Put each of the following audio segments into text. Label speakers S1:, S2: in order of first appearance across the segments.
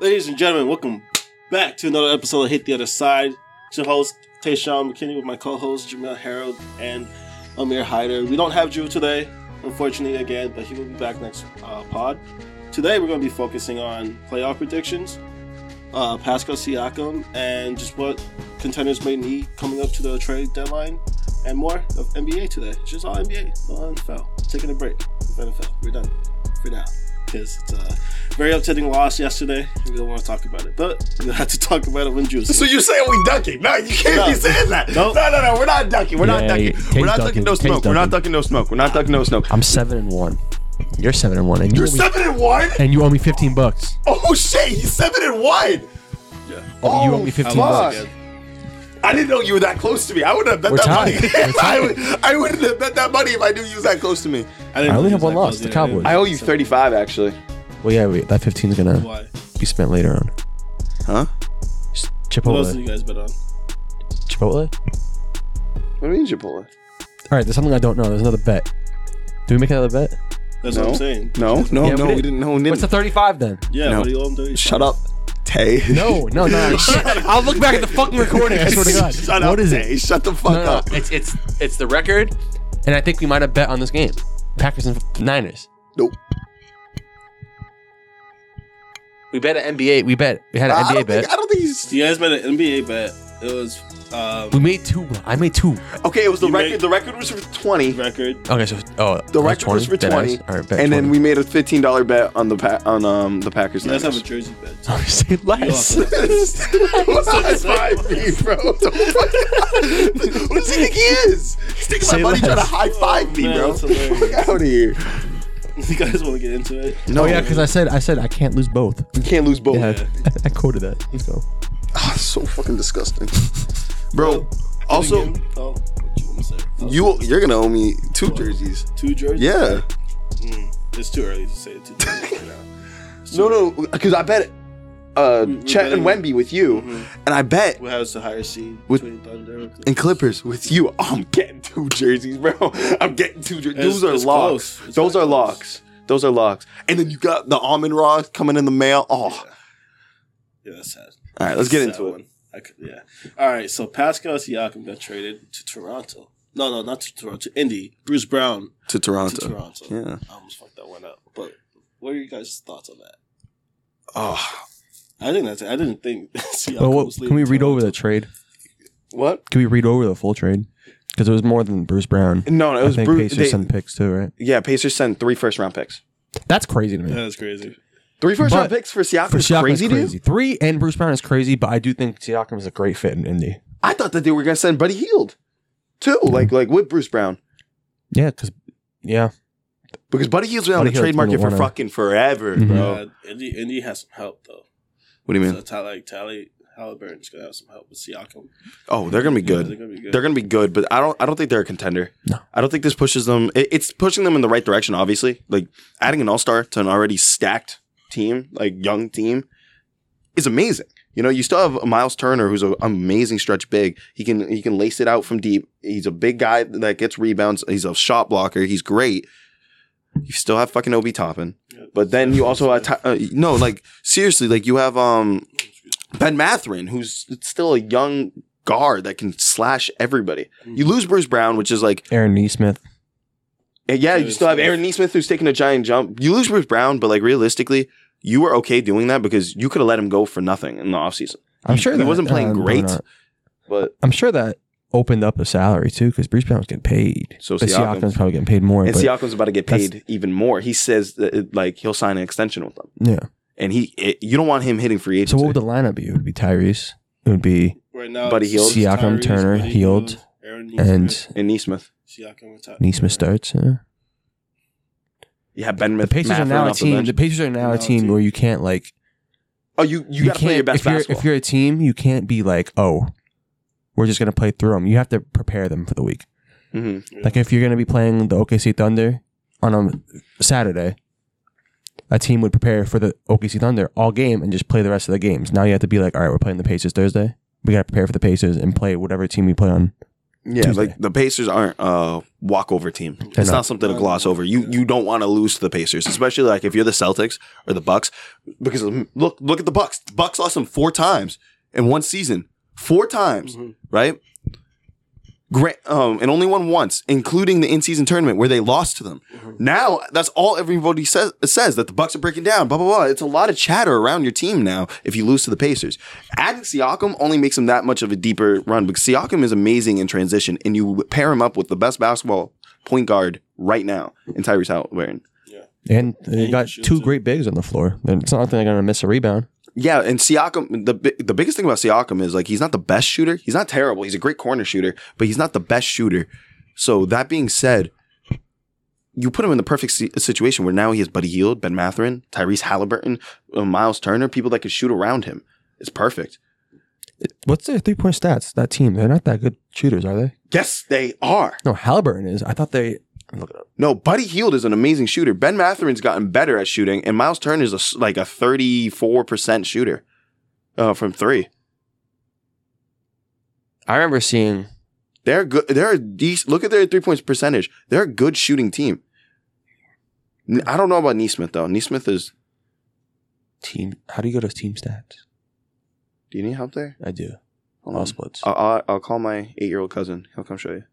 S1: Ladies and gentlemen, welcome back to another episode of Hit the Other Side. It's your host, Tayshawn McKinney, with my co host, Jamel Harold and Amir Hyder. We don't have Drew today, unfortunately, again, but he will be back next uh, pod. Today, we're going to be focusing on playoff predictions, uh, Pascal Siakam, and just what contenders may need coming up to the trade deadline, and more of NBA today. It's just all NBA, no NFL. Taking a break with NFL. We're done for now because it's a very upsetting loss yesterday. We don't want to talk about it, but we have to talk about it when Drew.
S2: So you're saying we ducking? No, you can't
S1: No.
S2: be saying that.
S1: Nope.
S2: No, no, no. We're not ducking. We're not
S3: Yeah,
S2: ducking.
S3: Kate's
S2: We're not
S3: ducking.
S2: ducking no
S3: Kate's
S2: smoke. We're not
S3: ducking.
S2: ducking no smoke. We're not ducking no smoke.
S3: I'm seven and one. You're seven and one, and you
S2: You're
S3: owe me,
S2: seven and one.
S3: and you owe me fifteen bucks.
S2: Oh shit, he's seven and one.
S3: Oh, you
S2: Oh,
S3: owe me fifteen
S2: fuck.
S3: bucks.
S2: I didn't know you were that close to me. I wouldn't have bet
S3: We're
S2: that
S3: tied.
S2: money.
S3: We're
S2: I,
S3: tied.
S2: would, I wouldn't have bet that money if I knew you was that close to me.
S1: I, didn't
S3: I only
S1: know
S3: have one
S1: that
S3: loss,
S1: was
S3: the
S1: the other
S3: Cowboys.
S1: day.
S3: I
S2: owe you thirty-five, actually.
S3: Well, yeah, wait, that fifteen's gonna
S1: Why?
S3: be spent later on.
S1: What
S2: Huh?
S1: else did
S3: Chipotle,
S1: you guys bet on?
S3: Chipotle. All
S2: What do you mean Chipotle?
S3: right, there's something I don't know. There's another bet. Do we make another bet?
S1: That's
S2: No.
S1: what I'm saying.
S2: No, no,
S3: Yeah,
S2: no. We
S3: we did.
S2: didn't. No, we
S3: What's the
S2: didn't.
S3: thirty-five then?
S1: Yeah,
S2: No.
S1: what do you owe him thirty?
S2: Shut up, Tay.
S3: No, no, no. Shit. I'll look back at the fucking recording. I swear to God.
S2: Shut
S3: What
S2: up,
S3: is it?
S2: Tay. Shut the fuck
S3: No, no, no.
S2: up.
S3: It's it's it's the record, and I think we might have bet on this game. Packers and Niners.
S2: Nope.
S3: We bet an NBA. We bet we had an
S2: I
S3: NBA
S2: don't
S3: bet.
S2: think. I don't think he's
S1: You guys made an NBA bet. It was um,
S3: we made two. I made two.
S2: okay. It was the
S1: You
S2: record.
S1: made-
S2: the record was for twenty.
S1: record.
S3: Okay, so oh,
S2: The record was for twenty, and then we made a fifteen dollar bet on the pa- on um the Packers.
S1: You guys have
S2: Niners.
S1: a jersey bet.
S3: we say less.
S1: You
S2: That's high five me, bro. What the fuck? Who does he think he is? He's taking my
S3: Say
S2: money, trying to
S3: less.
S2: high five
S1: Oh,
S2: me,
S1: Man,
S2: bro.
S1: that's hilarious.
S2: Fuck out of here.
S1: you guys want to get into it?
S2: No,
S3: Oh yeah, because I said I said I can't lose both.
S2: you can't lose both.
S3: Yeah, I, I quoted that. Let's go.
S2: Ah, so fucking disgusting, bro. Also,
S1: Again? oh, what you want to say? Oh,
S2: you you're gonna owe me two jerseys.
S1: two jerseys.
S2: Yeah.
S1: It's too early to say it. Too early right now.
S2: No, no, because I bet uh,
S1: we
S2: Chet and
S1: betting-
S2: Wemby with you,
S1: Mm-hmm.
S2: and I bet
S1: Who has the higher seed
S2: With-
S1: between Thunder and
S2: and Clippers with you. I'm getting two jerseys, bro. I'm getting two jerseys.
S1: It's-
S2: Those are
S1: it's
S2: locks.
S1: close. It's
S2: Those are
S1: very close.
S2: locks. Those are locks. And then you got the almond raw coming in the mail. Oh,
S1: Yeah, that's sad.
S2: all right. Let's get
S1: Sad
S2: into it.
S1: one. I could, yeah. All right. So Pascal Siakam got traded to Toronto. No, no, not to Toronto. To Indy. Bruce Brown
S2: To Toronto.
S1: to Toronto.
S2: Yeah.
S1: I almost fucked that one up. But what are you guys' thoughts on that?
S2: Oh,
S1: I think that's. I didn't think. Siakam
S3: Well, what,
S1: was
S3: can
S1: leaving
S3: we read
S1: Toronto.
S3: over the trade?
S2: what?
S3: Can we read over the full trade? Because it was more than Bruce Brown.
S2: No, no, it
S3: I
S2: was
S3: think
S2: Bruce.
S3: Pacers sent picks too, right?
S2: yeah, Pacers sent three first round picks.
S3: That's crazy to me.
S1: That's crazy.
S2: Three first round
S3: But-
S2: picks for Siakam.
S3: For
S2: is
S3: Siakam,
S2: crazy,
S3: crazy,
S2: dude.
S3: crazy. Three and Bruce Brown is crazy, but I do think Siakam is a great fit in Indy.
S2: I thought that they were gonna send Buddy Healed too, like like with Bruce Brown,
S3: Yeah, because yeah,
S2: because Buddy Heald's been on
S3: Buddy
S2: the
S3: Hield's
S2: trade
S3: been
S2: market for
S3: wanna-
S2: fucking forever,
S3: Mhm.
S2: bro.
S1: Uh, Indy, Indy has some help though.
S2: What do you
S1: So Tally, like, Tally Halliburton's gonna have some help with Siakam.
S2: Oh, they're gonna be
S1: Yeah,
S2: good.
S1: they're gonna be good.
S2: They're gonna be good, but I don't. I don't think they're a contender.
S3: No.
S2: I don't think this pushes them. It, it's pushing them in the right direction. Obviously, like adding an all star to an already stacked team, like young team, is amazing. You know, you still have Miles Turner, who's an amazing stretch big. He can he can lace it out from deep. He's a big guy that gets rebounds. He's a shot blocker. He's great. You still have fucking Obi Toppin,
S1: Yeah.
S2: but then you also have Ty- uh, no like seriously like you have um
S1: Excuse
S2: Ben Matherin, who's still a young guard that can slash everybody.
S1: Mhm.
S2: You lose Bruce Brown, which is like,
S3: Aaron Neesmith.
S2: and yeah, you
S1: Yes,
S2: still have
S1: yes.
S2: Aaron Neesmith who's taking a giant jump. You lose Bruce Brown, but like realistically, you were okay doing that because you could have let him go for nothing in the offseason.
S3: I'm
S2: He-
S3: sure
S2: he
S3: that,
S2: wasn't playing
S3: um,
S2: great.
S3: Bernard-
S2: But
S3: I'm sure that opened up the salary too, because Bruce Brown was getting paid.
S2: So
S3: but
S2: Siakam.
S3: Siakam's probably getting paid more.
S2: and
S3: but-
S2: Siakam's about to get
S3: that's-
S2: paid even more. He says that it, like he'll sign an extension with them,
S3: yeah.
S2: and he it, you don't want him hitting free agency.
S3: So what would the lineup be? It would be Tyrese. It would be
S1: me. Right now,
S2: Buddy
S1: it's
S2: Hield.
S3: Siakam, Turner,
S1: Buddy
S3: Hield,
S1: Hield, Aaron Neesmith,
S3: and
S2: and Neesmith,
S1: Siakam and Ty-
S3: Neesmith starts. Yeah.
S2: you have Ben.
S3: The Pacers are
S2: Matherin
S3: now a
S2: off the
S3: team.
S2: bench.
S3: The Pacers are now
S1: Now a
S3: a team
S1: team.
S3: where you can't like
S2: Oh, you you, gotta
S3: can't
S2: play your best
S3: if you're,
S2: basketball.
S3: If you're a team, you can't be like oh. We're just gonna play through them. You have to prepare them for the week.
S2: Mhm.
S1: Yeah.
S3: Like if you're gonna be playing the OKC Thunder on a Saturday, a team would prepare for the OKC Thunder all game and just play the rest of the games. Now you have to be like, all right, we're playing the Pacers Thursday. We gotta prepare for the Pacers and play whatever team we play on
S2: Yeah,
S3: Tuesday.
S2: like the Pacers aren't a walkover team. it's
S3: not.
S2: not something to gloss over. You you don't want to lose to the Pacers, especially like if you're the Celtics or the Bucks, because um, look look at the Bucks. The Bucks lost them four times in one season, four times,
S3: Mm-hmm.
S1: Mhm.
S2: right? Grant, um, and only won once, including the in-season tournament where they lost to them. Now that's all everybody says says that the Bucks are breaking down. Blah blah blah. It's a lot of chatter around your team now. If you lose to the Pacers, adding Siakam only makes him that much of a deeper run because Siakam is amazing in transition, and you pair him up with the best basketball point guard right now in Tyrese Halliburton.
S3: And they
S1: he
S3: got
S1: can shoot
S3: two
S1: too.
S3: great bigs on the floor. And It's not like they're going to miss a rebound.
S2: Yeah, and Siakam. The bi- the biggest thing about Siakam is like he's not the best shooter. He's not terrible. He's a great corner shooter, but he's not the best shooter. So that being said, you put him in the perfect si- situation where now he has Buddy Heald, Ben Matherin, Tyrese Halliburton, uh, Miles Turner, people that can shoot around him. It's perfect.
S3: What's their three point stats? That team, they're not that good shooters, are they?
S2: Yes, they are.
S3: No, Halliburton is. I thought they. Look it up.
S2: No, Buddy Heald is an amazing shooter. Ben Matherin's gotten better at shooting, and Miles Turner is a s like a thirty four percent shooter uh, from three.
S3: I remember seeing.
S2: They're good. They're a decent. Look at their three points percentage. They're a good shooting team. N- I don't know about Neesmith though. Neesmith is.
S3: Team, how do you go to team stats?
S2: Do you need help there?
S3: I do. Uh,
S2: Hold
S3: All
S2: on.
S3: splits.
S2: I'll, I'll, I'll call my eight year old cousin. He'll come show you.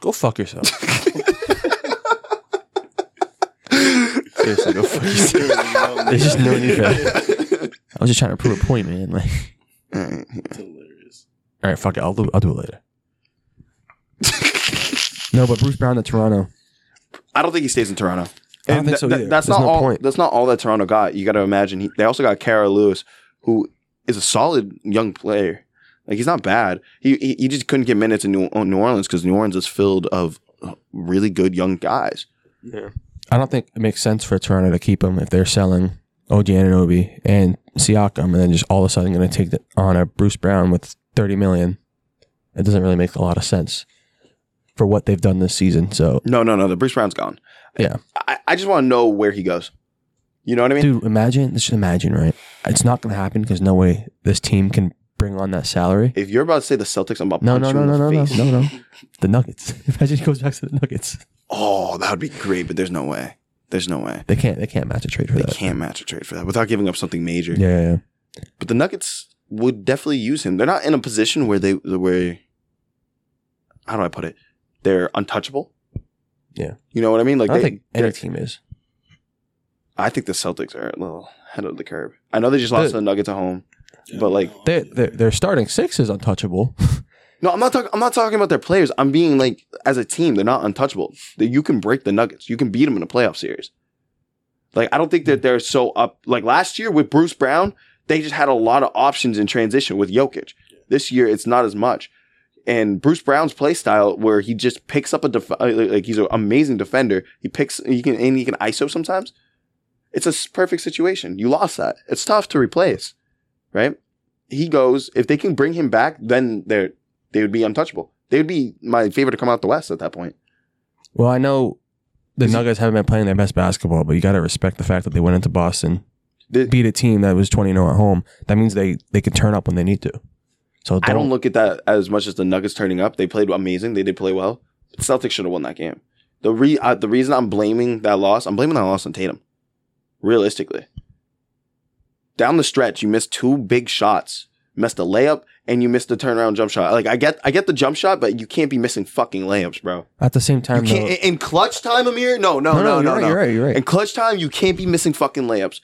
S3: Go fuck yourself. Seriously, go fuck yourself. There's just no need for that. I was just trying to prove a point, man. Like,
S2: Alright.
S1: It's hilarious.
S3: all right, fuck it. I'll do, I'll do it later. No, but Bruce Brown to Toronto.
S2: I don't think he stays in Toronto.
S3: I don't think
S2: tha-
S3: so
S2: tha-
S3: either.
S2: that's
S3: There's
S2: not
S3: no
S2: all.
S3: point.
S2: That's not all that Toronto got. You got to imagine. He, they also got Kara Lewis, who is a solid young player. Like he's not bad. He he, he just couldn't get minutes in New, on New Orleans because New Orleans is filled of uh, really good young guys.
S3: I don't think it makes sense for Toronto to keep him if they're selling OG Ananobi and Siakam, and then just all of a sudden going to take the, on a Bruce Brown with thirty million. It doesn't really make a lot of sense for what they've done this season. So,
S2: No, no, no. The Bruce Brown's gone.
S3: Yeah.
S2: I, I just want to know where he goes. You know what I mean?
S3: dude, imagine just imagine, right? It's not going to happen because no way this team can bring on that salary.
S2: If you're about to say the Celtics, I'm about to
S3: No,
S2: punch
S3: no,
S2: you
S3: no,
S2: in
S3: no, no,
S2: the
S3: no,
S2: face.
S3: no, no. The Nuggets. Imagine he goes back to the Nuggets.
S2: Oh, that would be great, but there's no way. There's no way.
S3: They can't. They can't match a trade for
S2: They
S3: that.
S2: can't match a trade for that without giving up something major.
S3: Yeah, yeah, yeah.
S2: But the Nuggets would definitely use him. They're not in a position where they where how do I put it? They're untouchable.
S3: Yeah.
S2: You know what I mean? Like
S3: I don't
S2: they-
S3: think any
S2: they're-
S3: team is.
S2: I think the Celtics are a little ahead of the curve. I know they just lost
S3: Dude.
S2: to the Nuggets at home. But, like-
S3: Their their their starting six is untouchable.
S2: No, I'm not talking. I'm not talking about their players. I'm being like, as a team, they're not untouchable. That you can break the Nuggets. You can beat them in a playoff series. Like, I don't think that they're so up. Like last year with Bruce Brown, they just had a lot of options in transition with Jokic. This year, it's not as much. And Bruce Brown's play style, where he just picks up a def- uh, like he's an amazing defender. He picks he can and he can ISO sometimes. It's a s- perfect situation. You lost that. It's tough to replace, right? He goes if they can bring him back, then they're they would be untouchable. They would be my favorite to come out the West at that point.
S3: Well, I know the
S2: Is it-
S3: Nuggets haven't been playing their best basketball, but you got to respect the fact that they went into Boston,
S2: The-
S3: beat a team that was 20 0 at home. That means they, they can turn up when they need to. So
S2: I don't look at that as much as the Nuggets turning up. They played amazing. They did play well. Celtics should have won that game. The re uh, the reason I'm blaming that loss, I'm blaming that loss on Tatum. Realistically, down the stretch, you missed two big shots, missed a layup, and you missed the turnaround jump shot. Like I get, I get the jump shot, but you can't be missing fucking layups, bro.
S3: At the same time,
S2: You can't
S3: though-
S2: in in clutch time, Amir. No, no, no, no,
S3: you're
S2: no.
S3: right, You're right. You're
S2: In
S3: right.
S2: clutch time, you can't be missing fucking layups.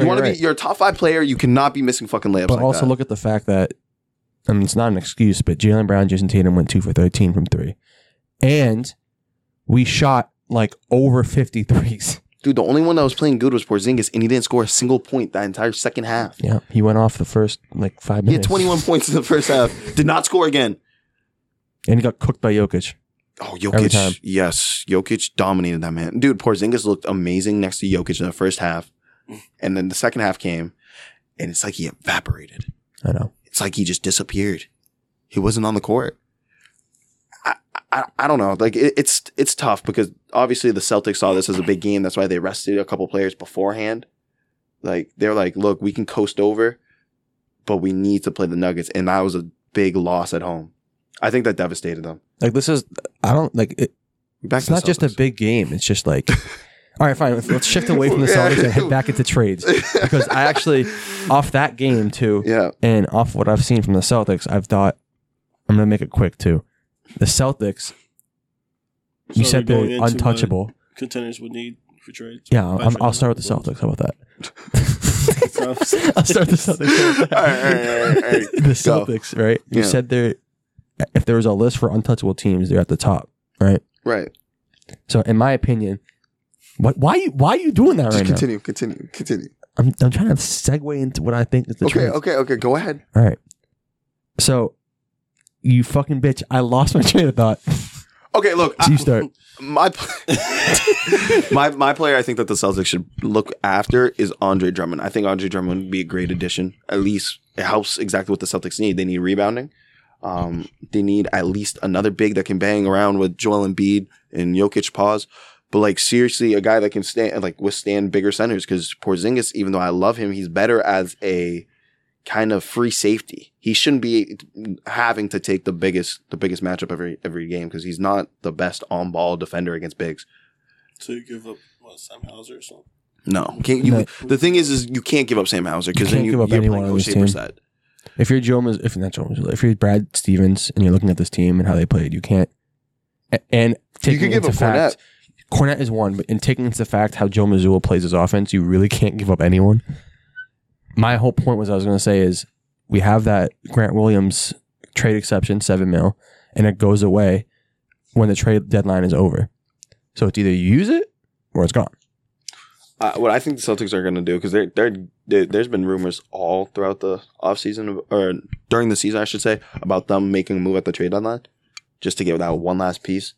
S2: You
S3: you're
S2: want to
S3: right.
S2: be you're a top five player. You cannot be missing fucking layups.
S3: But
S2: like
S3: also
S2: that.
S3: look at the fact that, I mean, it's not an excuse, but Jalen Brown, Jason Tatum went two for 13 from three. And we shot like over 50 threes.
S2: dude, the only one that was playing good was Porzingis, and he didn't score a single point that entire second half.
S3: Yeah. He went off the first like five
S2: He had
S3: minutes.
S2: 21 points in the first half. Did not score again.
S3: And he got cooked by Jokic.
S2: Oh,
S3: Every time.
S2: Jokic. Yes, Jokic dominated that man. Dude, Porzingis looked amazing next to Jokic in the first half, and then the second half came, and it's like he evaporated.
S3: I know.
S2: It's like he just disappeared. He wasn't on the court. I I, I don't know. Like it, it's it's tough because obviously the Celtics saw this as a big game. That's why they rested a couple players beforehand. Like they're like, look, we can coast over, but we need to play the Nuggets, and that was a big loss at home. I think that devastated them.
S3: Like this is, I don't like. It,
S2: Back
S3: it's
S2: to the
S3: not just a
S2: Celtics.
S3: big game. It's just like, all right, fine. Let's, let's shift away from the Celtics and head back into trades because I actually off that game too,
S2: Yeah.
S3: and off what I've seen from the Celtics, I've thought I'm gonna make it quick too. The Celtics, you
S1: So
S3: said
S1: we're going
S3: they're
S1: into what
S3: untouchable.
S1: Contenders would need for trades.
S3: Yeah, I'm,
S1: By
S3: I'll
S1: trade
S3: start with the
S1: deadline.
S3: Celtics. How about that?
S1: So-
S3: I'll start the Celtics.
S2: All right, all right, all right, all right.
S3: the
S2: Go.
S3: Celtics, right? You
S2: Yeah.
S3: said they're if there was a list for untouchable teams, they're at the top, right?
S2: Right.
S3: So, in my opinion, what? Why? you- Why are you doing that
S2: Just
S3: right
S2: continue, continue, continue.
S3: now? I'm, I'm trying to segue into what I think is the
S2: okay,
S3: truth.
S2: okay, okay. Go ahead.
S3: All right. So, you fucking bitch! I lost my train of thought.
S2: Okay, look.
S3: So
S2: I,
S3: you start.
S2: my pl- my my player I think that the Celtics should look after is Andre Drummond. I think Andre Drummond would be a great addition. At least it helps exactly what the Celtics need. They need rebounding. Um, they need at least another big that can bang around with Joel Embiid and Jokic pause. But like seriously, a guy that can stand like withstand bigger centers because Porzingis, even though I love him, he's better as a kind of free safety. He shouldn't be having to take the biggest the biggest matchup every every game because he's not the best on ball defender against bigs.
S1: So you give up what, Sam Hauser or something?
S2: No, can't you?
S3: No.
S2: The thing is, is you can't give up Sam Hauser because
S3: You
S2: then
S3: can't
S2: you,
S3: give up
S2: you're
S3: any
S2: playing
S3: one of
S2: Coach
S3: these
S2: Saber's
S3: teams. If you're Joe, Mazz- if not Joe, Mazzulla, if you're Brad Stevens and you're looking at this team and how they played, you can't. a- And taking
S2: give
S3: into
S2: up
S3: fact, Cornette. is one, but in taking into fact how Joe Missoula plays his offense, you really can't give up anyone. My whole point was I was going to say is we have that Grant Williams trade exception seven mil, and it goes away when the trade deadline is over. So it's either you use it or it's gone.
S2: Uh, what I think the Celtics are going to do because they're, they're, they there's been rumors all throughout the offseason or during the season, I should say, about them making a move at the trade deadline just to get that one last piece.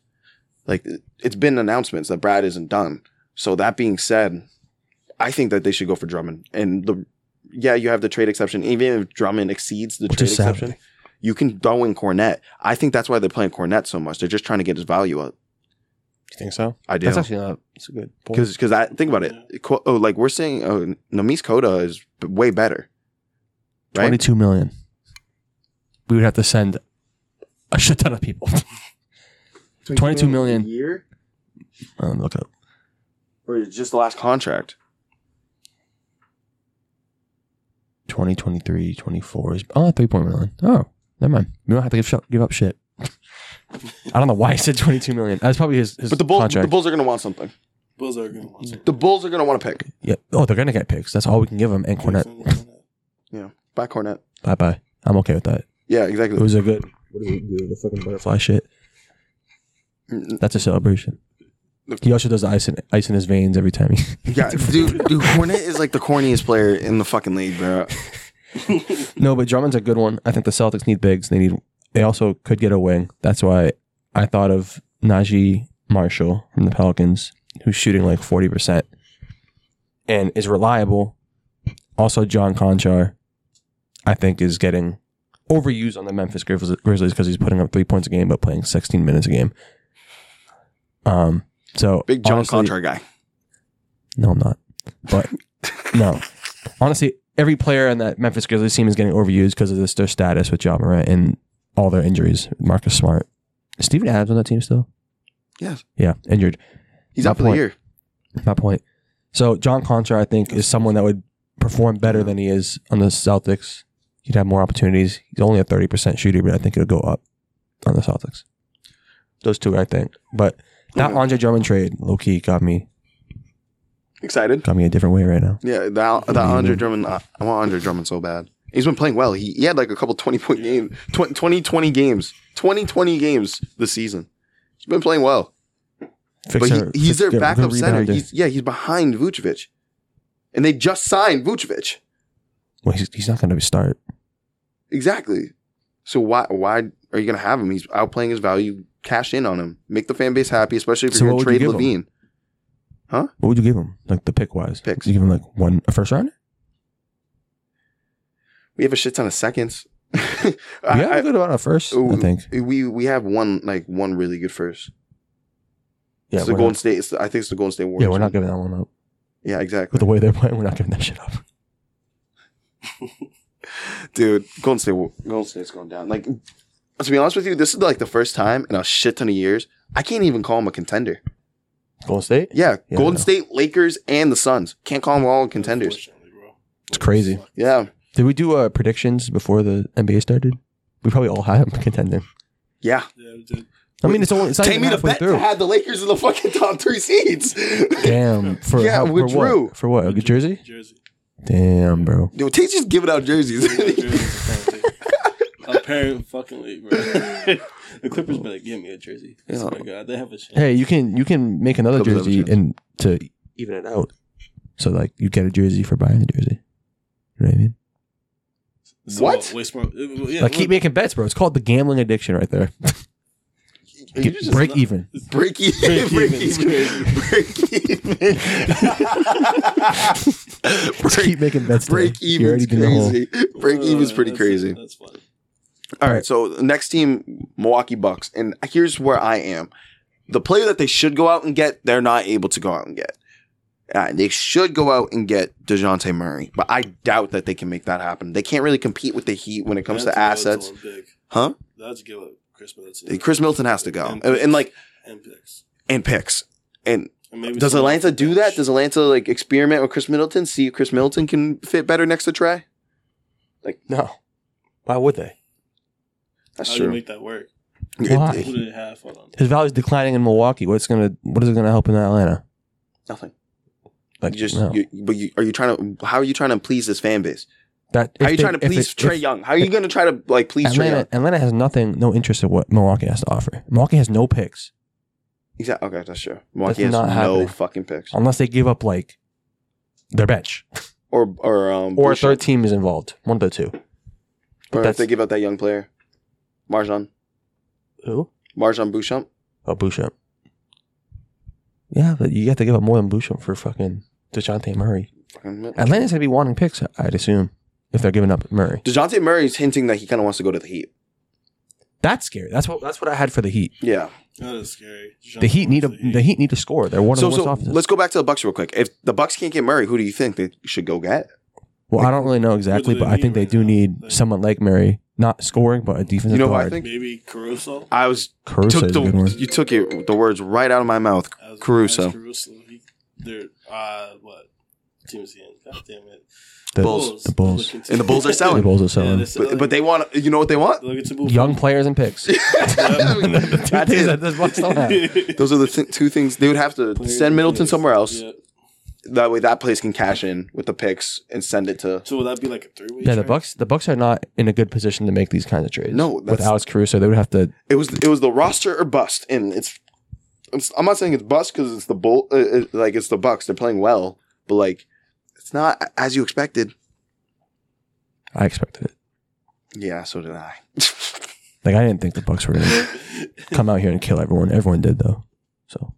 S2: Like it's been announcements that Brad isn't done. So that being said, I think that they should go for Drummond and the yeah you have the trade exception even if Drummond exceeds the
S3: Which
S2: trade
S3: is Saturday.
S2: exception, you can throw in Cornette. I think that's why they're playing Cornette so much. They're just trying to get his value up.
S3: You think so?
S2: I do
S3: That's actually not. It's a good point.
S2: because because I think about it. Qu- Oh, like we're saying, oh, Namis Kota is b- way better. Right?
S3: Twenty-two million. We would have to send a shit ton of people. $22 million.
S2: year,
S3: Um, look up.
S2: or just the last contract.
S3: 20, 23, 24 is oh, 3.1 million. Oh, never mind. We don't have to give, sh- give up shit. I don't know why I said 22 million. That's probably his, his
S2: But the Bulls,
S3: contract.
S2: the Bulls are going to want something.
S1: Bulls are going to
S3: Mm.
S1: want something.
S2: The Bulls are going to want to pick.
S3: yeah. Oh, they're going to get picks. That's all we can give them. And Cornette.
S2: By Cornette.
S3: Bye bye. I'm okay with that.
S2: Yeah,
S3: It
S2: exactly.
S3: was a good. What does it do? The fucking butterfly shit.
S2: Mm,
S3: That's a celebration. He also does the ice in, ice in his veins every time he.
S2: mm, Yeah, dude, dude, Cornette is like the corniest player in the fucking league, bro.
S3: No, but Drummond's a good one. I think the Celtics need bigs. They need. They also could get a wing. That's why I thought of Najee Marshall from the Pelicans, who's shooting like forty percent, and is reliable. Also, John Conchar, I think, is getting overused on the Memphis Grizz- Grizzlies because he's putting up three points a game but playing sixteen minutes a game. Um. So
S2: Big John
S3: honestly-
S2: Contra guy.
S3: no, I'm not. But no, honestly, every player in that Memphis Grizzlies team is getting overused because of this their status with Ja Morant and all their injuries. Marcus Smart, is Steven Adams on that team still?
S2: Yes.
S3: Yeah, injured.
S2: He's
S3: My
S2: out for the
S3: point.
S2: year.
S3: My point. So John Contra, I think, is someone that would perform better than he is on the Celtics. He'd have more opportunities. He's only a thirty percent shooter, but I think it'll go up on the Celtics. Those two, I think. But that
S2: Okay.
S3: Andre Drummond trade, low key, got me
S2: Excited.
S3: got me a different way right now.
S2: Yeah, that, that
S3: Mm-hmm.
S2: Andre Drummond. I, I want Andre Drummond so bad. He's been playing well. He, he had like a couple 20 point games, 20, 20, 20 games, 20, 20 games this season. He's been playing well. But he,
S3: Fixer-
S2: he's their
S3: fixer-
S2: backup center.
S3: rebounder.
S2: He's, yeah, he's behind Vucevic. And they just signed Vucevic.
S3: Well, he's, he's not going to start.
S2: Exactly. So why why are you going to have him? He's outplaying his value. Cash in on him. Make the fan base happy, especially if
S3: So
S2: you're going
S3: what
S2: to
S3: would you
S2: trade
S3: give him?
S2: Levine.
S3: What would you give him? Like the pick wise,
S2: Picks.
S3: You give him like one a first rounder.
S2: We have a shit ton of seconds.
S3: We
S2: I-
S3: have
S2: I-
S3: a good amount of first, I
S2: Ooh,
S3: think.
S2: we we have one like one really good first.
S3: Yeah,
S2: it's the
S3: we're
S2: Golden
S3: not,
S2: State. It's the, I think it's the Golden State Warriors.
S3: yeah, we're not
S2: one.
S3: giving that one up.
S2: Yeah, exactly,
S3: With the way they're playing, we're not giving that shit up.
S2: dude. Golden State. Golden State's going down. Like to be honest with you, this is like the first time in a shit ton of years I can't even call them a contender.
S3: Golden State.
S2: Yeah,
S3: Yeah,
S2: Golden
S3: I know.
S2: State, Lakers, and the Suns can't call them all contenders.
S1: Unfortunately, bro.
S3: It's crazy.
S2: Yeah,
S3: Did we do uh, predictions before the NBA started? We probably all had them contending.
S2: yeah.
S1: Yeah, we did.
S3: I mean, it's only it's not
S2: Take me
S3: even
S2: to
S3: halfway
S2: bet to
S3: through.
S2: have the Lakers in the fucking top three seeds.
S3: Damn. For
S2: Yeah,
S3: how,
S2: with
S3: for what?
S2: Drew.
S3: For what? A good jersey?
S1: Jersey.
S3: Damn, bro.
S2: Yo, Tate's just giving out jerseys.
S1: Jersey's Apparently, fucking league, bro. the Clippers better give me a jersey. I swear
S2: Yeah.
S1: to God, they have a chance.
S3: Hey, you can you can make another
S2: Clippers have a
S3: jersey
S2: chance.
S3: and to even it out. So like you get a jersey for buying the jersey. You know what I mean?
S2: what?
S1: Way smart. Yeah,
S3: like keep
S1: look,
S3: making bets, bro. It's called the gambling addiction right there.
S2: You just
S3: Break
S1: not-
S3: even.
S2: break
S1: Break
S2: even. Break
S1: even is
S2: even. Break even.
S3: Just
S2: Break-
S3: keep making bets. today.
S2: Break
S3: You
S2: even's
S3: already been the whole-
S2: crazy. Break
S1: uh,
S2: even's pretty
S1: that's-
S2: crazy.
S1: That's fun.
S2: All right, so the next team, Milwaukee Bucks, and here's where I am. The player that they should go out and get, they're not able to go out and get. Uh, they should go out and get Dejounte Murray, but I doubt that they can make that happen. They can't really compete with the Heat when it comes
S1: That's
S2: to assets,
S1: a good one, big.
S2: huh?
S1: That's give up Chris Middleton
S2: Chris Milton has to go, and,
S1: And-
S2: like
S1: and picks.
S2: and picks. And
S1: And maybe
S2: does
S1: someone
S2: Atlanta
S1: off the
S2: do that?
S1: bench.
S2: Does Atlanta like experiment with Chris Middleton? See if Chris Middleton can fit better next to Trey.
S3: No. Why would they?
S2: That's
S1: How do you
S2: true.
S1: make that work?
S3: Why?
S1: Who do they have? Hold on.
S3: His value's declining in Milwaukee. What's gonna what is it gonna help in Atlanta?
S2: Nothing.
S3: Like
S2: You just,
S3: no.
S2: you, but you, are you trying to? How are you trying to please this fan base?
S3: that
S2: How
S3: if
S2: are you
S3: they-
S2: trying to
S3: if
S2: please
S3: it-
S2: Trey
S3: if-
S2: Young? How are you going to try to like please Trey Young?
S3: Atlanta, Atlanta has nothing, no interest in what Milwaukee has to offer. Milwaukee has no picks
S2: Exactly. Okay, that's true. Milwaukee has
S3: not
S2: no
S3: happening.
S2: fucking picks,
S3: unless they give up like their bench
S2: or or um,
S3: or a
S2: Boucher.
S3: third team is involved. One of the two.
S2: Or if
S3: that's-
S2: they give up that young player, Marjan,
S3: Who?
S2: Marjan Bouchamp.
S3: Oh, Bouchamp. Yeah, but you have to give up more than Bouchamp for fucking Dejounte Murray.
S2: Fucking-
S3: Atlanta's gonna be wanting picks, I'd assume, if they're giving up Murray.
S2: Dejounte Murray's hinting that he kind of wants to go to the Heat.
S3: That's scary. That's what that's what I had for the Heat.
S2: Yeah.
S1: That is scary.
S3: The Heat need a the Heat need to score. They're one of
S2: so
S3: the worst
S2: so
S3: offenses.
S2: let's go back to the Bucks real quick. If the Bucks can't get Murray, who do you think they should go get?
S3: Well, I don't really know exactly,
S1: they
S3: but I think
S1: need
S3: they
S1: right
S3: do
S1: now?
S3: need
S1: They-
S3: someone like Murray, not scoring, but a defensive
S2: You know what I
S3: guard.
S2: think?
S1: Maybe Caruso.
S2: I was
S3: Caruso's
S2: took
S3: a good one.
S2: the, you took it, the words right out of my mouth.
S1: As-
S2: Caruso.
S1: as Caruso. He, they're uh, what team is he in? God damn it.
S3: The
S2: Bulls.
S3: The Bulls.
S1: Looking to-
S2: And the Bulls are selling.
S3: The Bulls are
S1: Yeah,
S3: selling.
S1: they're selling.
S2: But, but they want you know what they want?
S1: They're looking to move
S3: Young players and picks.
S2: That's
S3: Dude,
S2: it.
S3: that- that's what I don't have.
S2: Those are the th- two things they would have to
S1: Players
S2: send
S1: and
S2: Middleton
S1: players.
S2: somewhere else.
S1: Yeah.
S2: That way, that place can cash in with the picks and send it to.
S1: So would that be like a three-way?
S3: Yeah, the
S1: trade?
S3: Bucks. The Bucks are not in a good position to make these kinds of trades.
S2: No, that's-
S3: with Alex Caruso, they would have to.
S2: It was it was the roster or bust, and it's. it's I'm not saying it's bust because it's the bull, uh, uh, like it's the Bucks. They're playing well, but like it's not as you expected.
S3: I expected it.
S2: Yeah, so did I.
S3: Like I didn't think the Bucks were going to come out here and kill everyone. Everyone did though. So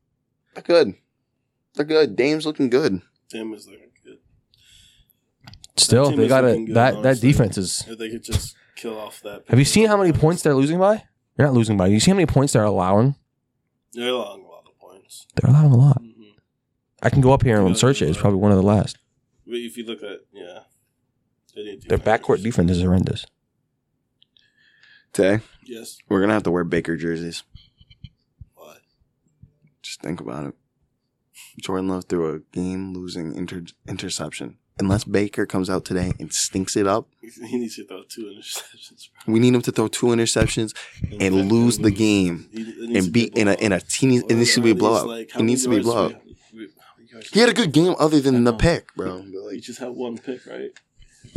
S2: They're good. They're good. Dame's looking good.
S1: Damn is looking good.
S3: still,
S1: team
S3: they
S1: is
S3: got to
S1: looking good,
S3: that that
S1: honestly.
S3: defense is.
S1: If they could just kill off that.
S3: Have you seen how many points they're losing by? They're not losing by. You see how many points they're allowing?
S1: They're allowing a lot of points.
S3: They're allowing a lot.
S1: hmm
S3: I can go up here and search it. It's probably one of the last.
S1: But if you look at yeah, they need
S3: Their
S1: defenders.
S3: backcourt defense is horrendous.
S2: Today
S1: Yes,
S2: we're gonna have to wear Baker jerseys.
S1: but
S2: Just think about it. Jordan Love threw a game losing inter- interception. Unless Baker comes out today and stinks it up,
S1: he needs to throw two interceptions bro.
S2: we need him to throw two interceptions and lose the game
S1: He- it needs to
S2: and beat in a in a teeny. It needs to be a blowout.
S1: Like, how
S2: It needs to
S1: many
S2: be a
S1: yards
S2: blowout.
S1: do we- we- how many yards
S2: He had a good game other than the
S1: I know.
S2: pick, bro.
S1: do we- You just have one pick, right?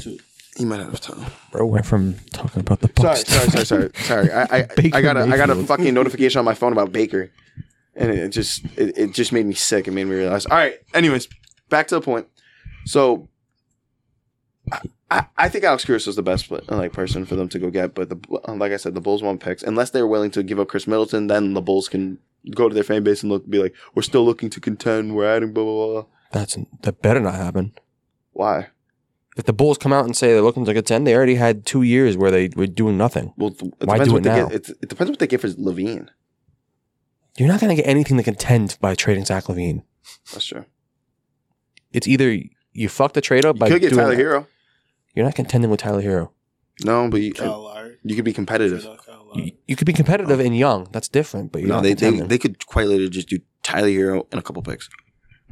S1: Two.
S2: He might have time.
S3: Bro went from talking about the
S2: Sorry,
S3: Bucks.
S2: sorry, sorry, sorry, sorry. I I, I
S3: Baker
S2: got a I got a
S3: Mayfield.
S2: fucking notification on my phone about Baker, and it just it, it just made me sick. It made me realize. All right. Anyways, back to the point. So, I- I I think Alex Caruso is the best pla- like person for them to go get. But the like I said, the Bulls want picks unless they're willing to give up Chris Middleton. Then the Bulls can go to their fan base and look be like, we're still looking to contend. We're adding blah blah blah.
S3: That's that better not happen.
S2: Why?
S3: If the Bulls come out and say they're looking to contend, they already had two years where they were doing nothing.
S2: Well, it depends
S3: Why do
S2: what
S3: it
S2: they
S3: now?
S2: Get. It, it depends what they get for Levine.
S3: You're not going to get anything to contend by trading Zach Levine.
S2: That's true.
S3: It's either you fuck the trade up
S2: You
S3: by
S2: could get
S3: doing
S2: Tyler
S3: that.
S2: Hero.
S3: You're not contending with Tyler Hero.
S2: No, but you,
S1: Kyle Lowry.
S2: you could be competitive.
S1: Kyle
S3: You, you could be competitive and young. That's different, but you're
S2: No,
S3: not
S2: they, they
S3: contending.
S2: they could quite literally just do Tyler Hero and a couple picks.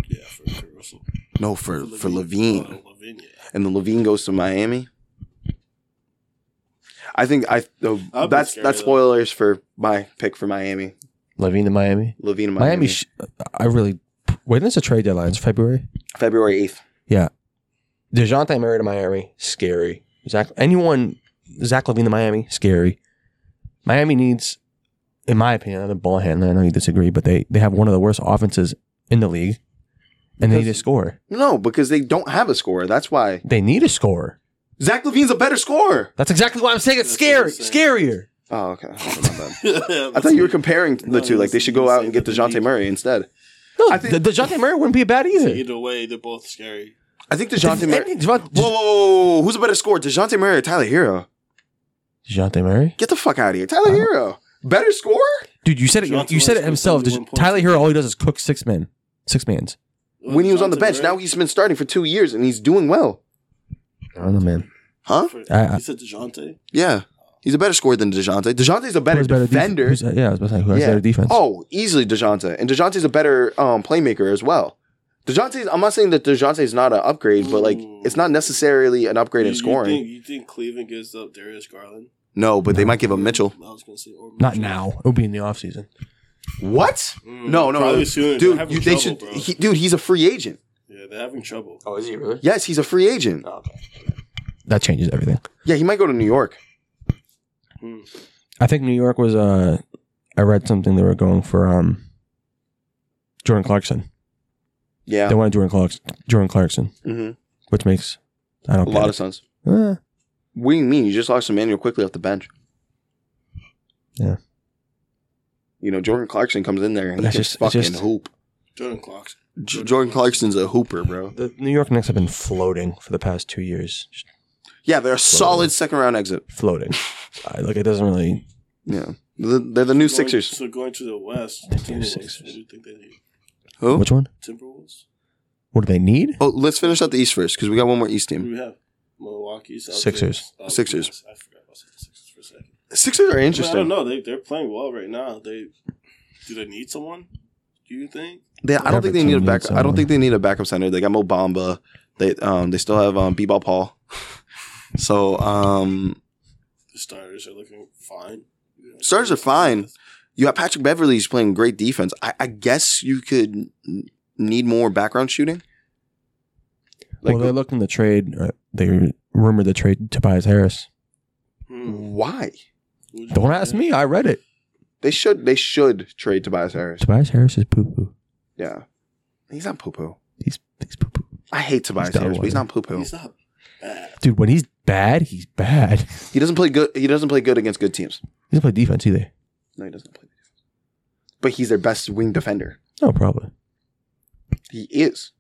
S1: Yeah, for, for Russell.
S2: No, for for Levine.
S1: Oh, Levine, yeah.
S2: and the Levine goes to Miami. I think I
S1: be
S2: uh, that's
S1: scared
S2: that's
S1: of that.
S2: spoilers for my pick for Miami.
S3: Levine to Miami.
S2: Levine and
S3: Miami.
S2: Miami.
S3: sh- I really. When is the trade deadline? It's February.
S2: February eighth.
S3: Dejounte Murray to Miami, scary. Zach, anyone, Zach Levine to Miami, scary. Miami needs, in my opinion, another ball handler. I know you disagree, but they they have one of the worst offenses in the league, and they need a
S2: Because-
S3: scorer.
S2: No, because they don't have a scorer. That's why
S3: They need a scorer.
S2: Zach Levine's a better scorer.
S3: That's exactly why I'm saying it's
S1: That's what
S3: scary,
S1: I'm saying.
S3: scarier.
S2: Oh, okay. My bad. I thought you were comparing the
S1: No,
S2: two. Like they should go
S1: that's-
S2: out and get
S1: that's the
S2: Dejounte
S1: league.
S2: Murray instead.
S3: No,
S2: I
S3: I
S2: think-
S3: Dejounte Murray wouldn't be a bad either.
S1: Either way, they're both scary.
S2: I think Dejounte Murray.
S3: Any- Devon-
S2: Whoa, whoa, whoa, whoa, whoa! Who's a better scorer, Dejounte Murray or Tyler Hero?
S3: Dejounte Murray,
S2: Get the fuck out of here, Tyler
S3: I don't-
S2: Hero. Better scorer?
S3: dude, you said it.
S1: Dejounte
S3: You said it
S1: Murray
S3: himself.
S1: scored
S3: Dej-
S1: 31 points.
S3: Tyler Hero, all he does is cook six men, six mans.
S2: When he was on the bench, now he's been starting for two years and he's doing well.
S3: I don't know, man.
S2: Huh?
S3: I- I-
S1: he said Dejounte.
S2: Yeah. He's a better scorer than DeJounte. DeJounte's a better
S3: Who's def-
S2: defender.
S3: who's- uh, yeah, I was about to say who has
S2: Yeah.
S3: better defense.
S2: oh, easily DeJounte. And DeJounte's a better um, playmaker as well. DeJounte's, I'm not saying that DeJounte's not an upgrade, but like
S1: Mm.
S2: it's not necessarily an upgrade
S1: You,
S2: in
S1: you
S2: scoring.
S1: think, you think Cleveland gives up Darius Garland?
S2: no, but they might give up Mitchell.
S1: I was going to say, or
S3: Not
S1: Mitchell.
S3: now. It would be in the offseason.
S2: What?
S1: Mm,
S2: No, no,
S1: probably
S2: no.
S1: sooner. They're
S2: Dude,
S1: having
S2: you, they
S1: trouble,
S2: should.
S1: bro.
S2: He, dude, he's a free agent.
S1: yeah, they're having trouble.
S4: Oh, is he really?
S2: Yes, he's a free agent.
S4: Oh, okay.
S3: That changes everything.
S2: Yeah, he might go to New York.
S1: Hmm.
S3: I think New York was uh I read something they were going for um Jordan Clarkson.
S2: Yeah,
S3: They wanted Jordan Clarkson Jordan Clarkson,
S2: hmm
S3: which makes I
S2: a
S3: don't
S2: lot
S3: get
S2: of sense.
S3: it. Eh,
S2: What do you mean? You just lost Emmanuel quickly off the bench.
S3: Yeah.
S2: You know, Jordan Clarkson comes in there and
S3: But
S2: he
S3: that's
S2: can
S3: just- it's
S2: fucking
S3: just-
S2: hoop.
S1: Jordan Clarkson.
S2: J- Jordan Clarkson's a hooper, bro.
S3: the New York Knicks have been floating for the past two years. Just
S2: Yeah, they're a solid second round exit.
S3: floating. I, like it doesn't really
S2: Yeah. They're they're the
S1: Going-
S2: new Sixers.
S1: So going to the West,
S3: The new
S1: Timberwolves,
S3: Sixers.
S1: What do you think they need?
S2: Who?
S3: which one?
S1: Timberwolves?
S3: What do they need?
S2: Oh, let's finish out the East first because we got one more East
S1: Who do
S2: team.
S1: we have? Milwaukee, Celtics.
S3: Sixers.
S1: Oh,
S2: Sixers.
S1: yes, I forgot about the Sixers for a second.
S2: Sixers
S1: Mm. I,
S2: are
S1: mean, I don't
S2: interesting.
S1: know. They they're playing well right now. They do they need someone? Do you think?
S2: They, I don't think they
S3: Everton
S2: need a
S3: needs
S2: back. I
S3: someone.
S2: don't think they need a backup center. They got Mo Bamba. They um they still have um B-ball Paul. so um
S1: The starters are looking fine. You know,
S2: Starters are fine. you got Patrick Beverly. He's playing great defense. I, I guess you could n- need more background shooting. Like
S3: well, they're looking to trade. Uh, they rumored to trade Tobias Harris.
S1: Hmm.
S2: why
S1: Would you
S3: Don't
S1: do
S3: ask
S1: that?
S3: me. I read it.
S2: they should they should trade Tobias Harris.
S3: Tobias Harris is poo poo.
S2: Yeah, he's not poo poo.
S3: He's he's poo poo.
S2: I hate Tobias
S3: done
S2: Harris, but he's
S3: well.
S2: not poo poo.
S1: He's not bad.
S3: Dude, when he's bad, he's bad. He
S2: He doesn't play good. He doesn't play good against good teams.
S3: doesn't play defense either.
S2: No, he doesn't play defense. But he's their best wing defender.
S3: No, probably.
S2: He is.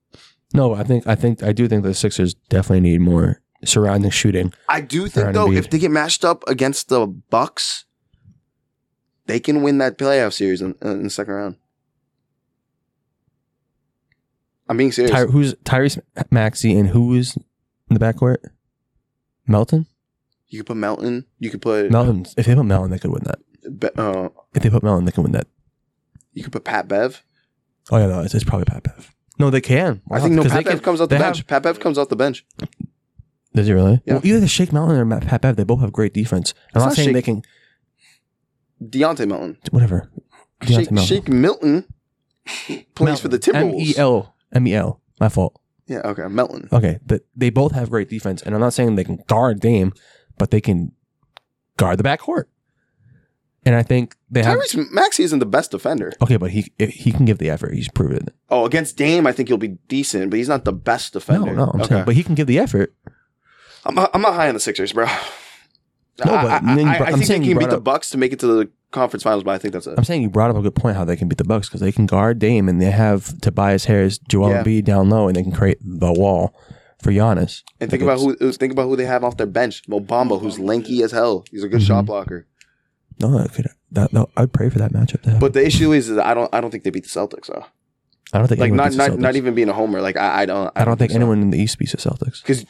S3: No, I think I think I do think the Sixers definitely need more surrounding shooting.
S2: I do
S3: They're
S2: think though,
S3: Embiid.
S2: if they get matched up against the Bucks, they can win that playoff series in, in the second round. I'm being serious.
S3: Ty- who's Tyrese Maxey and who is in the backcourt? Melton.
S2: you could put Melton. You could put
S3: Melton. If they put Melton, they could win that.
S2: Be- uh,
S3: If they put Melton, they could win that.
S2: you could put Pat Bev.
S3: Oh yeah, no, it's, it's probably Pat Bev. No, they can.
S2: I think no.
S3: Because they
S2: Pat Bev
S3: can-
S2: comes off the
S3: they
S2: bench.
S3: have-
S2: Pat Bev comes off the bench.
S3: Does he really?
S2: Yeah.
S3: Well, either the Shake Melton or Matt Pat Bev, they both have great defense. I'm
S2: It's
S3: not,
S2: not
S3: saying
S2: Shake-
S3: they can.
S2: Deontay Melton.
S3: Whatever. Deontay
S2: Shake
S3: Melton.
S2: Shake Milton plays for the Timberwolves.
S3: M E L M E L. My fault.
S2: Yeah, okay, Melton.
S3: Okay, but they both have great defense, and I'm not saying they can guard Dame, but they can guard the backcourt. And I think they have.
S2: Tyrese Maxey isn't the best defender.
S3: Okay, but he if he can give the effort. He's proven it.
S2: Oh, against Dame, I think he'll be decent, but he's not the best defender.
S3: No, no, I'm saying, but he can give the effort.
S2: I'm, I'm not high on the Sixers, bro. No,
S3: but then you brought- I'm
S2: think
S3: saying
S2: they
S3: you
S2: can beat
S3: brought
S2: the
S3: up-
S2: Bucks to make it to the conference finals, but I think that's it.
S3: I'm saying you brought up a good point how they can beat the Bucks because they can guard Dame and they have Tobias Harris, Joel
S2: Yeah.
S3: Embiid down low, and they can create the wall for Giannis.
S2: And think about who think about who they have off their bench. Mobamba, who's lanky as hell. He's a good shot
S3: Mhm.
S2: blocker.
S3: No, that could that, no, I'd pray for that matchup. To happen.
S2: But the issue is, that I don't I don't think they beat the Celtics though.
S3: I don't think
S2: Like
S3: anyone
S2: not
S3: beats the
S2: not, not
S3: Celtics.
S2: even being a homer. Like I, I don't
S3: I don't think anyone in the East beats the Celtics.
S2: because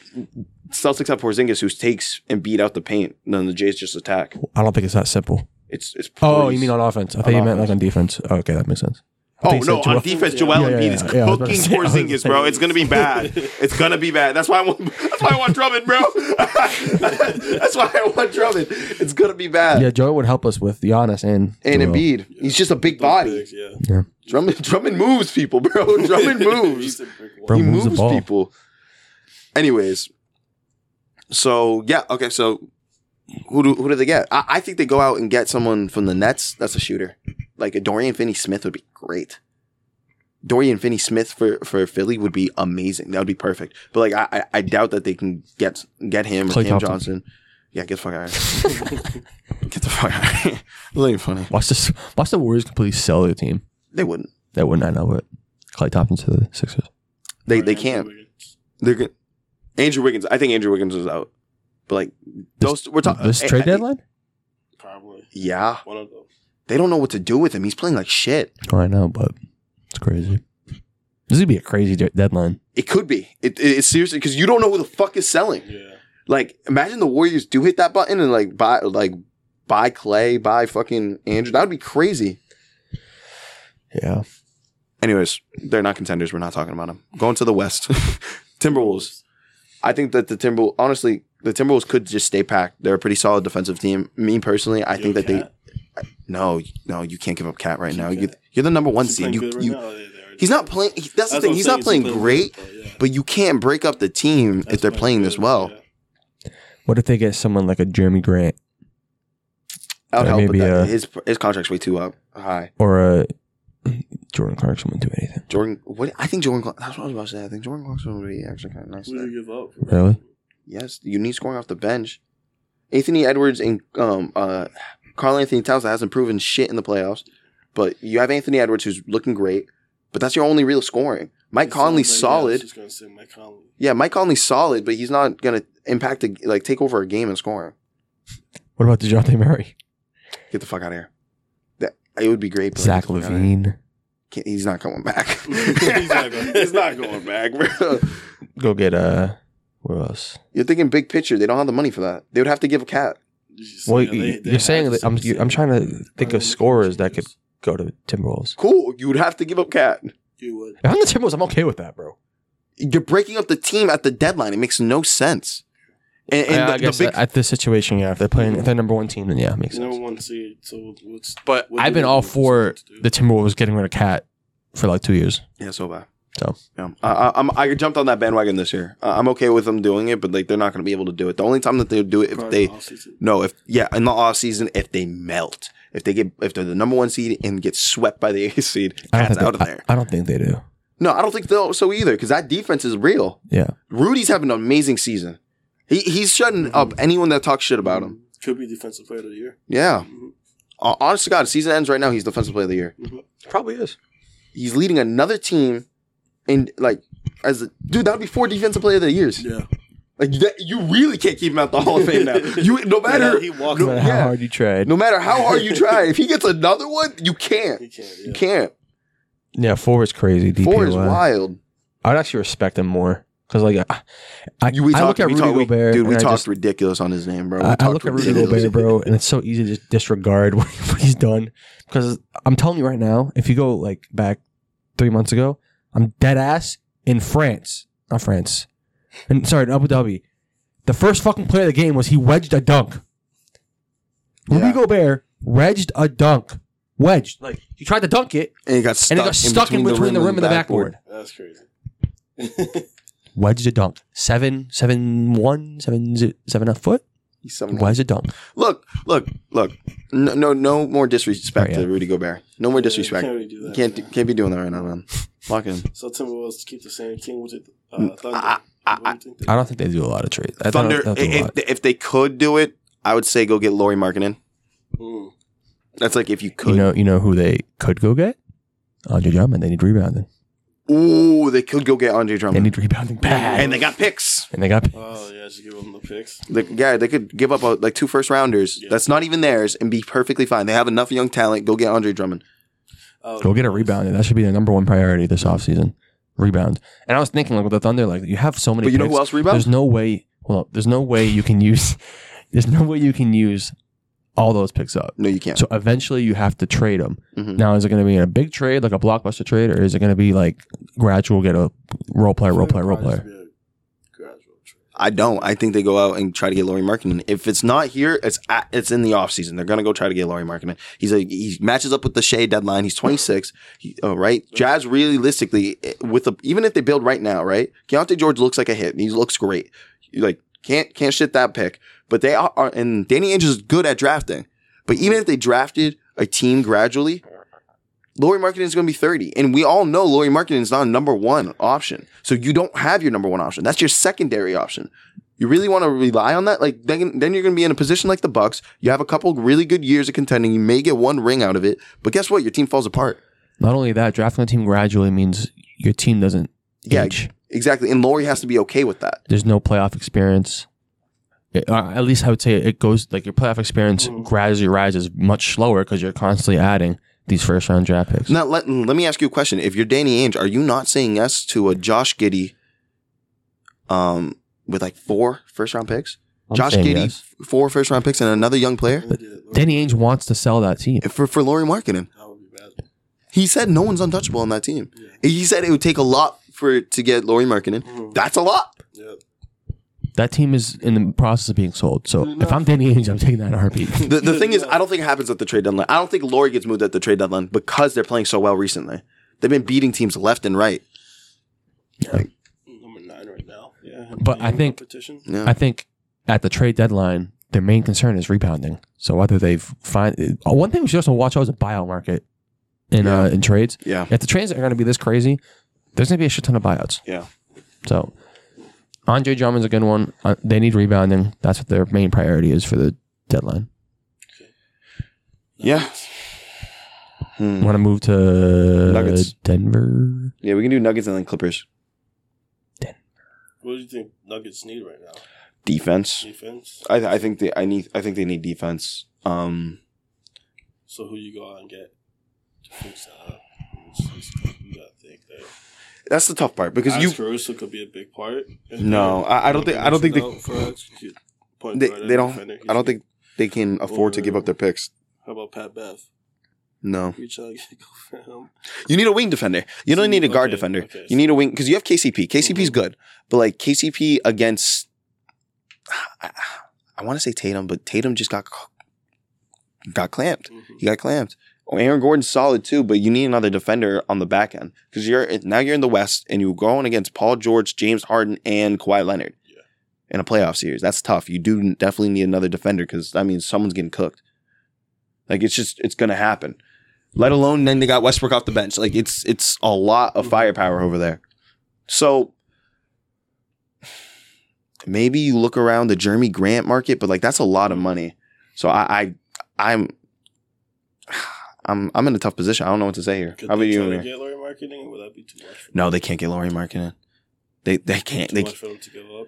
S2: Celtics have Porzingis who takes and beat out the paint. and Then the Jays just attack.
S3: I don't think it's that simple.
S2: It's it's.
S3: Oh,
S2: pretty-
S3: you mean on offense? I thought you meant like on defense. Oh, okay, that makes sense. I
S2: Oh
S3: thought you
S2: no,
S3: said Joel-
S2: on defense,
S1: Yeah.
S2: Joel
S3: Yeah, yeah,
S2: Embiid is
S3: yeah. Yeah, I was about to
S2: cooking
S3: say- I was about to
S2: Porzingis, bro.
S3: say-
S2: It's gonna be bad. It's gonna be bad. That's why I want. That's why I want Drummond, bro. that's why I want Drummond. It's gonna be bad.
S3: Yeah, Joel would help us with Giannis and
S2: And
S3: Joel.
S2: Embiid, he's just a big body.
S1: Yeah.
S2: Drummond, Drummond moves people, bro. Drummond moves.
S1: He's a brick wall.
S3: Bro,
S2: he
S3: moves
S2: moves
S3: the ball.
S2: people. Anyways, so yeah, okay, so who do who do they get? I, I think they go out and get someone from the Nets. That's a shooter. Like a Dorian Finney Smith would be great. Dorian Finney Smith for, for Philly would be amazing. That would be perfect. But like I, I, I doubt that they can get get him or
S3: Klay
S2: Cam
S3: Thompson.
S2: Johnson. Yeah, get the fuck out of here. get the fuck out of here. That ain't funny.
S3: Watch this. Watch the Warriors completely sell their team.
S2: They wouldn't.
S3: That would not know it. Clay Thompson to the Sixers.
S2: They
S1: Or
S2: they
S1: Andrew
S2: can't.
S1: Wiggins.
S2: They're good. Andrew Wiggins. I think Andrew Wiggins is out. But like those we're talking eh,
S3: this trade deadline.
S1: Probably.
S2: Yeah,
S1: One of them.
S2: they don't know what to do with him. He's playing like shit.
S3: Oh, I know, but it's crazy. This would be a crazy de- deadline.
S2: It could be. It, it- it's seriously because you don't know who the fuck is selling.
S1: Yeah.
S2: Like, imagine the Warriors do hit that button and like buy like buy Clay, buy fucking Andrew. That would be crazy.
S3: Yeah,
S2: Anyways, they're not contenders. We're not talking about them. Going to the West, Timberwolves. I think that the Timber honestly, the Timberwolves could just stay packed. They're a pretty solid defensive team. Me personally, I think that
S1: Yo, Cat.
S2: they no, no, you can't give up Cat right
S1: You
S2: now.
S1: can't.
S2: You're, you're the number one
S1: He's
S2: seed.
S1: playing
S2: You,
S1: good right
S2: you,
S1: now. They- they're-
S2: he's not playing. he- that's the
S1: That's
S2: thing.
S1: what
S2: He's
S1: I'm
S2: not
S1: saying. He's
S2: playing great.
S1: good, but yeah.
S2: but you can't break up the team if
S1: That's
S2: they're
S1: my
S2: playing this
S1: good,
S2: well.
S1: yeah.
S3: What if they get someone like a Jeremy Grant
S2: That would
S3: Or
S2: help.
S3: maybe,
S2: but that,
S3: uh,
S2: his his contract's way too up high.
S3: or a Jordan Clarkson wouldn't do anything?
S2: Jordan, what I think Jordan. Clark- That's what I was about to say. I think Jordan Clarkson would be actually kind of nice.
S1: Who
S2: there.
S1: did you give up?
S3: Really?
S2: Yes, you need scoring off the bench. Anthony Edwards and um uh Carl Anthony Towns that hasn't proven shit in the playoffs, but you have Anthony Edwards who's looking great, but that's your only real scoring. Mike
S1: It
S2: Conley's
S1: sounds like, yeah, I was
S2: solid.
S1: just gonna say Mike Conley.
S2: Yeah, Mike Conley's solid, but he's not gonna impact the, like take over a game and scoring.
S3: What about Dejounte Murray?
S2: Get the fuck out of here. That it would be great. But
S3: Zach
S2: get the fuck outta here.
S3: Levine.
S2: Can't- He's not going back.
S1: He's not going-
S2: he's not going back, bro.
S3: Go get uh, what else?
S2: You're thinking big picture. They don't have the money for that. They would have to give a cat.
S1: You just-
S3: Well,
S1: yeah, they-
S3: you-
S1: they
S3: you're
S1: have
S3: saying
S1: to
S3: that I'm.
S1: say-
S3: I'm trying to think
S1: Probably
S3: of scorers that could go to Timberwolves.
S2: Cool. You would have to give up cat.
S1: You would.
S3: If I'm the Timberwolves, I'm okay with that, bro.
S2: you're breaking up the team at the deadline. It makes no sense. And, and
S3: yeah,
S2: the,
S3: I guess
S2: the big,
S3: at this situation, yeah, if they're playing, if they're number one team, then yeah, it makes
S1: You never
S3: sense.
S1: want to see it. So what's
S3: But
S1: what
S3: I've
S1: do
S3: been
S1: you
S3: all
S1: think
S3: for
S1: it's supposed to do?
S3: the Timberwolves getting rid of Cat for like two years.
S2: yeah, so bad.
S3: So.
S2: yeah, I, I, I'm, I jumped on that bandwagon this year. I, I'm okay with them doing it, but like they're not going to be able to do it. The only time that they would do it if
S1: Probably
S2: they
S1: offseason.
S2: no, if yeah, in the off season, if they melt, if they get if they're the number one seed and get swept by the eighth seed,
S3: I don't
S2: that's
S3: think
S2: out
S3: they,
S2: of there.
S3: I, I don't think they do.
S2: No, I don't think they'll so either because that defense is real.
S3: Yeah,
S2: Rudy's having an amazing season. He he's shutting up
S1: Mm-hmm.
S2: anyone that talks shit about him.
S1: Could be defensive player of the year.
S2: Yeah,
S1: Mhm.
S2: Hon- honest to God, season ends right now. He's defensive player of the year.
S1: Mhm.
S3: probably is.
S2: he's leading another team and like as a, dude that would be four defensive player of the years
S1: Yeah.
S2: like that, you really can't keep him out the hall of fame now you no matter
S1: he walks
S3: No
S2: no,
S3: matter
S2: yeah,
S3: how hard you tried.
S2: no matter how hard you try if he gets another one you
S1: He
S2: can't
S1: can't.
S2: you
S1: Yeah.
S2: can't
S3: Yeah, four is crazy. DPOY.
S2: four is wild
S3: I'd actually respect him more because like I, I,
S2: you we
S3: I
S2: talked
S3: look at
S2: we
S3: Rudy
S2: talked we-
S3: Gobert.
S2: dude we
S3: and I
S2: talked
S3: just-
S2: ridiculous on his name bro We
S3: I, I
S2: talked
S3: look at Rudy
S2: ridiculous.
S3: Gobert, bro, and it's so easy to just disregard what, what he's done. Because I'm telling you right now, if you go like back three months ago, I'm dead ass in France, not France, and sorry, in Abu Dhabi. The first fucking play of the game was he wedged a dunk.
S2: Yeah.
S3: Rudy Gobert wedged a dunk, wedged like he tried to dunk it,
S2: and it got stuck,
S3: and it got stuck in between, the rim and the backboard.
S1: That's crazy.
S3: Wedged a dunk, seven, seven, one, seven, zi- seven a foot.
S2: He's seven-
S3: Wedged a dunk.
S2: look look look no no, no more disrespect
S3: Right, Oh, yeah.
S2: to Rudy Gobert no
S1: Yeah,
S2: more
S1: you
S2: disrespect
S1: Can't really do that.
S2: can't
S1: man.
S2: can't be doing that right now man lock in
S1: So Timberwolves keep the same team. Was it uh,
S2: Mm,
S1: Thunder?
S2: I- I-
S1: What do you think they-
S3: I don't think they do a lot of trades. I don't-
S2: Thunder,
S3: they don't do a
S2: if,
S3: lot.
S2: if they could do it, I would say go get Laurie Markkinen.
S1: Mm.
S2: That's like if you could.
S3: You know, you know who they could go get? Andre Drummond. They need rebounding.
S2: Ooh, they could go get Andre
S3: They
S2: Drummond.
S3: need rebounding bad.
S2: Um, and they got picks.
S3: And they got
S1: Oh yeah, just give them the picks.
S2: Like, yeah, they could give up uh, like two first rounders.
S1: Yeah.
S2: That's not even theirs, and be perfectly fine. They have enough young talent. Go get Andre Drummond.
S1: Oh,
S3: go get a rebound. That should be their number one priority this offseason. Rebound. And I was thinking like with the Thunder, like you have so many.
S2: But you know who
S3: picks.
S2: else rebounds?
S3: There's no way. Well, there's no way you can use. There's no way you can use all those picks up.
S2: No, you can't.
S3: So eventually you have to trade them.
S2: Mhm.
S3: Now, is it going to be in a big trade, like a blockbuster trade, or is it going to be like gradual, get a role player, role player, role player?
S2: I don't. I think they go out and try to get Laurie Markkinen. If it's not here, it's at, it's in the offseason. They're gonna go try to get Laurie Markkinen. He's a he matches up with the Shea deadline. He's 26. He, oh, right. Jazz realistically eh, with a, even if they build right now, right? Keontae George looks like a hit. He looks great. You, like can't can't shit that pick. But they are, are and Danny Ainge is good at drafting. But even if they drafted a team gradually, Lori Marketing is going to be 30. And we all know Lori Marketing is not a number one option. So you don't have your number one option. That's your secondary option. You really want to rely on that? Like then, then you're going to be in a position like the Bucks. You have a couple really good years of contending. You may get one ring out of it, but guess what? Your team falls apart.
S3: Not only that, drafting a team gradually means your team doesn't
S2: Yeah.
S3: age.
S2: Exactly. And Lori has to be okay with that.
S3: There's no playoff experience. It- uh, at least I would say it goes like your playoff experience
S1: Mhm.
S3: gradually rises much slower because you're constantly adding these first round draft picks.
S2: Now let, let me ask you a question. If you're Danny Ainge, are you not saying yes to a Josh Giddy um with like four first round picks?
S3: I'm
S2: Josh
S3: saying
S2: Giddy,
S3: yes.
S2: f- four first round picks and another young player?
S3: Danny Ainge wants to sell that team.
S2: For for Laurie Marketing. He said no one's untouchable on that team. He said it would take a lot for to get Laurie Markkinen.
S1: Mm-hmm.
S2: That's a lot.
S3: That team is in the process of being sold. So if I'm Danny Ainge, I'm taking that in a heartbeat.
S2: The, the thing is, I don't think it happens at the trade deadline. I don't think Laurie gets moved at the trade deadline because they're playing so well recently. They've been beating teams left and right.
S1: Number nine right now. Yeah.
S3: But I think-
S1: Competition.
S2: Yeah.
S3: I think at the trade deadline, their main concern is rebounding. So whether they find uh, one thing we should also watch out is the buyout market in uh, in trades.
S2: yeah.
S3: If the trades are going to be this crazy, there's going to be a shit ton of buyouts.
S2: Yeah.
S3: So Andre Drummond's a good one. Uh, they need rebounding. That's what their main priority is for the deadline.
S2: Yeah. Hmm.
S3: Want to move to
S2: Nuggets.
S3: Denver?
S2: Yeah, we can do Nuggets and then Clippers.
S1: What do you think Nuggets need right now?
S2: Defense.
S1: Defense.
S2: I, I think they I need I think they need defense. Um
S1: So who you go out and get uh, to fix that up? It's- it's- You gotta think that.
S2: that's the tough part because you
S1: Alex Caruso could be a big part.
S2: No, I- I don't think- I don't think they-
S1: Out for Alex, he's a point
S2: they,
S1: guard and
S2: they don't
S1: defender. He's
S2: I don't
S1: big.
S2: think they can afford to give up their picks.
S1: How about Pat Bev?
S2: No.
S1: Reach out, and go for him.
S2: You need a wing defender. You don't
S1: See,
S2: need a guard
S1: okay,
S2: defender.
S1: okay,
S2: you
S1: so-
S2: need a wing because you have KCP. KCP's
S1: Mhm.
S2: good, but like KCP against, I, want to say Tatum, but Tatum just got c- got clamped.
S1: Mhm.
S2: He got clamped. Oh, Aaron Gordon's solid too, but you need another defender on the back end because you're now you're in the West and you're going against Paul George, James Harden, and Kawhi Leonard
S1: Yeah.
S2: in a playoff series. That's tough. You do definitely need another defender because that means someone's getting cooked. Like it's just it's gonna happen. Let alone then they got Westbrook off the bench. Like it's it's a lot of firepower over there. So maybe you look around the Jeremy Grant market, but like that's a lot of
S1: Mm-hmm.
S2: money. So I, I I'm I'm I'm in a tough position. I don't know what to say here.
S1: Could
S2: How about
S1: they
S2: you?
S1: try to
S2: Amir?
S1: get Larry marketing, or would that be too much? For them?
S2: No, they can't get Laurie Markkinen. They they can't.
S1: too
S2: They
S1: much for them to give up.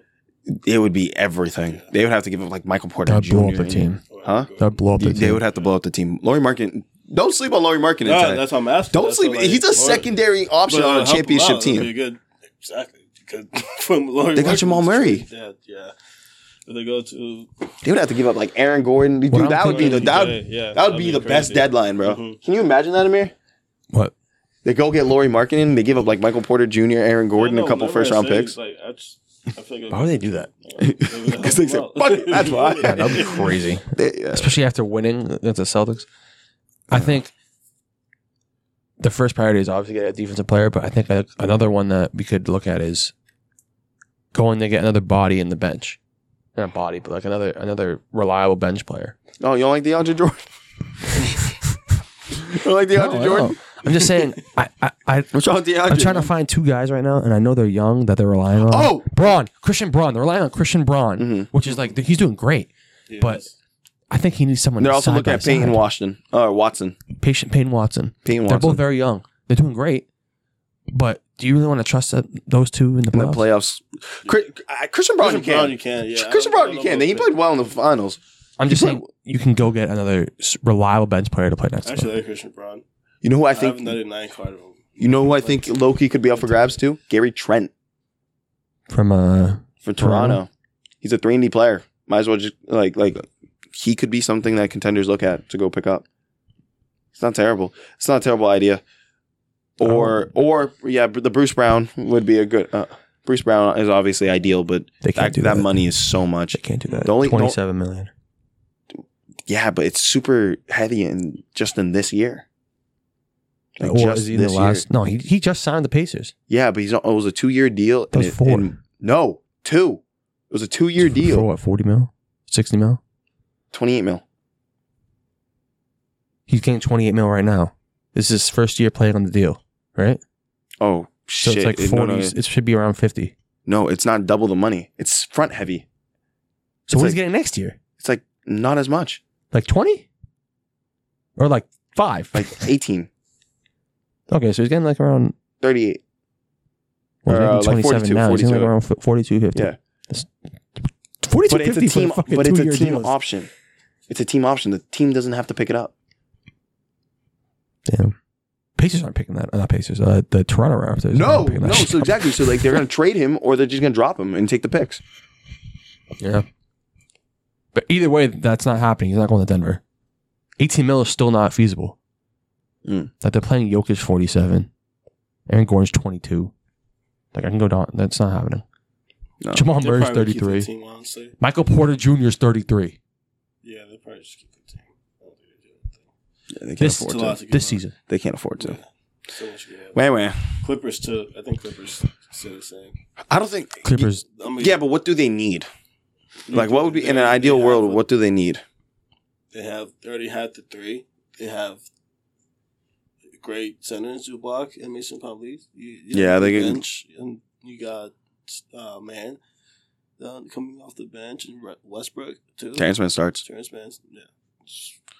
S2: it would be everything.
S1: Yeah.
S2: They would have to give up like Michael Porter
S3: That'd
S2: Jr.
S3: blow up their team.
S1: Or
S2: Mm-hmm. Huh?
S1: go-
S3: That'd blow up
S2: They,
S3: their
S2: they
S3: team.
S2: would have to blow up the team. Laurie Markkinen. Don't sleep on Laurie Markkinen
S1: Yeah,
S2: today.
S1: that's what I'm asking.
S2: Don't
S1: That's
S2: sleep.
S1: what, like,
S2: He's a
S1: what-
S2: secondary option
S1: but, uh,
S2: on a
S1: help him
S2: championship
S1: out.
S2: team.
S1: That'd be good. Exactly. Good. From Larry
S2: They got
S1: Markkinen's
S2: Jamal Murray.
S1: trade, Yeah, yeah. If they go to
S2: They would have to give up like Aaron Gordon. Dude,
S3: Well,
S2: that
S3: I'm
S2: would be the
S1: thinking-
S2: that would,
S1: Yeah, yeah,
S2: that would
S1: that'd
S2: be,
S1: be
S2: the best
S1: crazy.
S2: deadline, bro.
S1: Mhm.
S2: Can you imagine that, Amir?
S3: What?
S2: They go get Laurie Markkinen. They give up like Michael Porter Jr., Aaron Gordon,
S1: Yeah,
S2: a
S1: no,
S2: couple
S1: whenever I
S2: first round
S1: say it,
S2: picks.
S1: Like, I just, I feel like
S3: Why would they do that?
S2: Because they said, "Fuck it, that's why."
S3: Yeah, that'd be crazy.
S2: They- uh, yeah.
S3: especially after winning against the Celtics. I think the first priority is obviously get a defensive player, but I think a- another one that we could look at is going to get another body in the bench, not body, but like another another reliable bench player.
S2: Oh, you don't like DeAndre Jordan? you don't like DeAndre
S3: No, I
S2: Jordan?
S3: don't. I'm just saying, I, I, I
S2: What's wrong with DeAndre?
S3: I'm trying to find two guys right now, and I know they're young that they're relying on.
S2: Oh!
S3: Braun, Christian Braun, they're relying on Christian Braun,
S2: Mhm.
S3: which is like he's doing great. But- I think he needs someone.
S2: They're also
S3: side
S2: looking
S3: by
S2: at Peyton
S3: side.
S2: Washington or Watson.
S3: Patient Payne Watson.
S2: Peyton
S3: They're
S2: Watson.
S3: both very young. They're doing great. But do you really want to trust that, those two in the
S2: in the playoffs.
S3: playoffs?
S2: Chris- uh, Christian Brown,
S1: Christian
S2: you
S1: Brown,
S2: can.
S1: you can. Yeah,
S2: Christian
S1: I don't- I
S2: Brown, you
S1: don't
S2: can.
S1: know
S2: He
S1: if
S2: played well in the finals.
S3: I'm just
S2: You
S3: saying you can go get another s- reliable bench player to play next
S1: they-
S3: to
S1: Actually,
S3: him.
S1: I like Christian Brown.
S2: You know who I
S1: I have
S2: think.
S1: another nine card of him.
S2: You know who I think Loki could be up for grabs too? Gary Trent
S3: from uh
S2: for
S3: Toronto. Uh-huh.
S2: Toronto. He's a three and D player. Might as well just like like he could be something that contenders look at to go pick up. It's not terrible. It's not a terrible idea.
S3: Uh-huh.
S2: Or or yeah, the Bruce Brown would be a good. Uh, Bruce Brown is obviously ideal, but
S3: They can't
S2: that,
S3: do
S2: that
S3: that.
S2: money is so much.
S3: They can't do that.
S2: The only- the only-
S3: Twenty-seven million.
S2: Yeah, but it's super heavy in just in this year. Like
S3: Or
S2: just
S3: is he in the
S2: this year.
S3: last? No, he, he just signed the Pacers.
S2: Yeah, but he's on, it was a two year deal.
S3: That was four.
S2: no, two. It was a two year
S3: For
S2: deal.
S3: what? Forty mil? Sixty mil?
S2: Twenty eight mil.
S3: He's getting twenty-eight mil right now. This is his first year playing on the deal, right?
S2: Oh
S3: So
S2: shit!
S3: it's like
S2: It- no, no,
S3: forties. It should be around fifty.
S2: No, no, it's not double the money. It's front heavy.
S3: So
S2: It's
S3: what
S2: like-
S3: he's getting next year?
S2: It's like not as much.
S3: Like twenty, or like five?
S2: Like 18,
S3: okay, so he's getting like around
S2: 38.
S3: well,
S2: Or, uh,
S3: he's getting
S2: like
S3: 27
S2: 42,
S3: now. He's getting
S2: 42.
S3: like around f- 42, 50.
S2: Yeah.
S3: That's- 42,
S2: But it's a
S3: 50 for
S2: team.
S3: the fucking
S2: But it's a
S3: two-year
S2: team
S3: deals.
S2: option. It's a team option. The team doesn't have to pick it up.
S3: Damn. Pacers aren't picking that. Not Pacers. Uh, the Toronto Raptors. aren't picking that shit
S2: So
S3: up.
S2: exactly. So like they're gonna trade him, or they're just gonna drop him and take the picks.
S3: Yeah. But either way, that's not happening. He's not going to Denver. 18 mil is still not feasible.
S2: Mm.
S3: Like they're playing Jokic 47, Aaron Gordon's 22. Like I can go down. That's not happening.
S2: No.
S3: Jamal
S1: They'll
S3: Murray's
S1: probably keep the
S3: 33.
S1: Team, honestly.
S3: Michael Porter Jr.'s 33
S1: Yeah, they probably just keep the team. I don't think they do anything.
S2: Yeah, they can't
S3: This-
S1: It's
S2: afford
S1: a
S2: to.
S1: lot to give
S3: this
S1: up.
S3: season.
S2: They can't afford to.
S1: Yeah. So much to give up.
S2: Wait, wait.
S1: Clippers too. I think Clippers still the same.
S2: I don't think
S3: Clippers.
S1: I mean,
S2: Yeah, but what do they need?
S1: they-
S2: Like, what would be in an
S1: they
S2: ideal
S1: have
S2: world?
S1: a-
S2: What do they need?
S1: They have they already had the three. They have great centers, Zubac and Mason Plumlee. You, you
S2: Yeah,
S1: have
S2: they
S1: the
S2: can-
S1: bench, and you got uh, man uh, coming off the bench and Re- Westbrook too.
S2: Terrence Mann starts.
S1: Terrence Mann, yeah.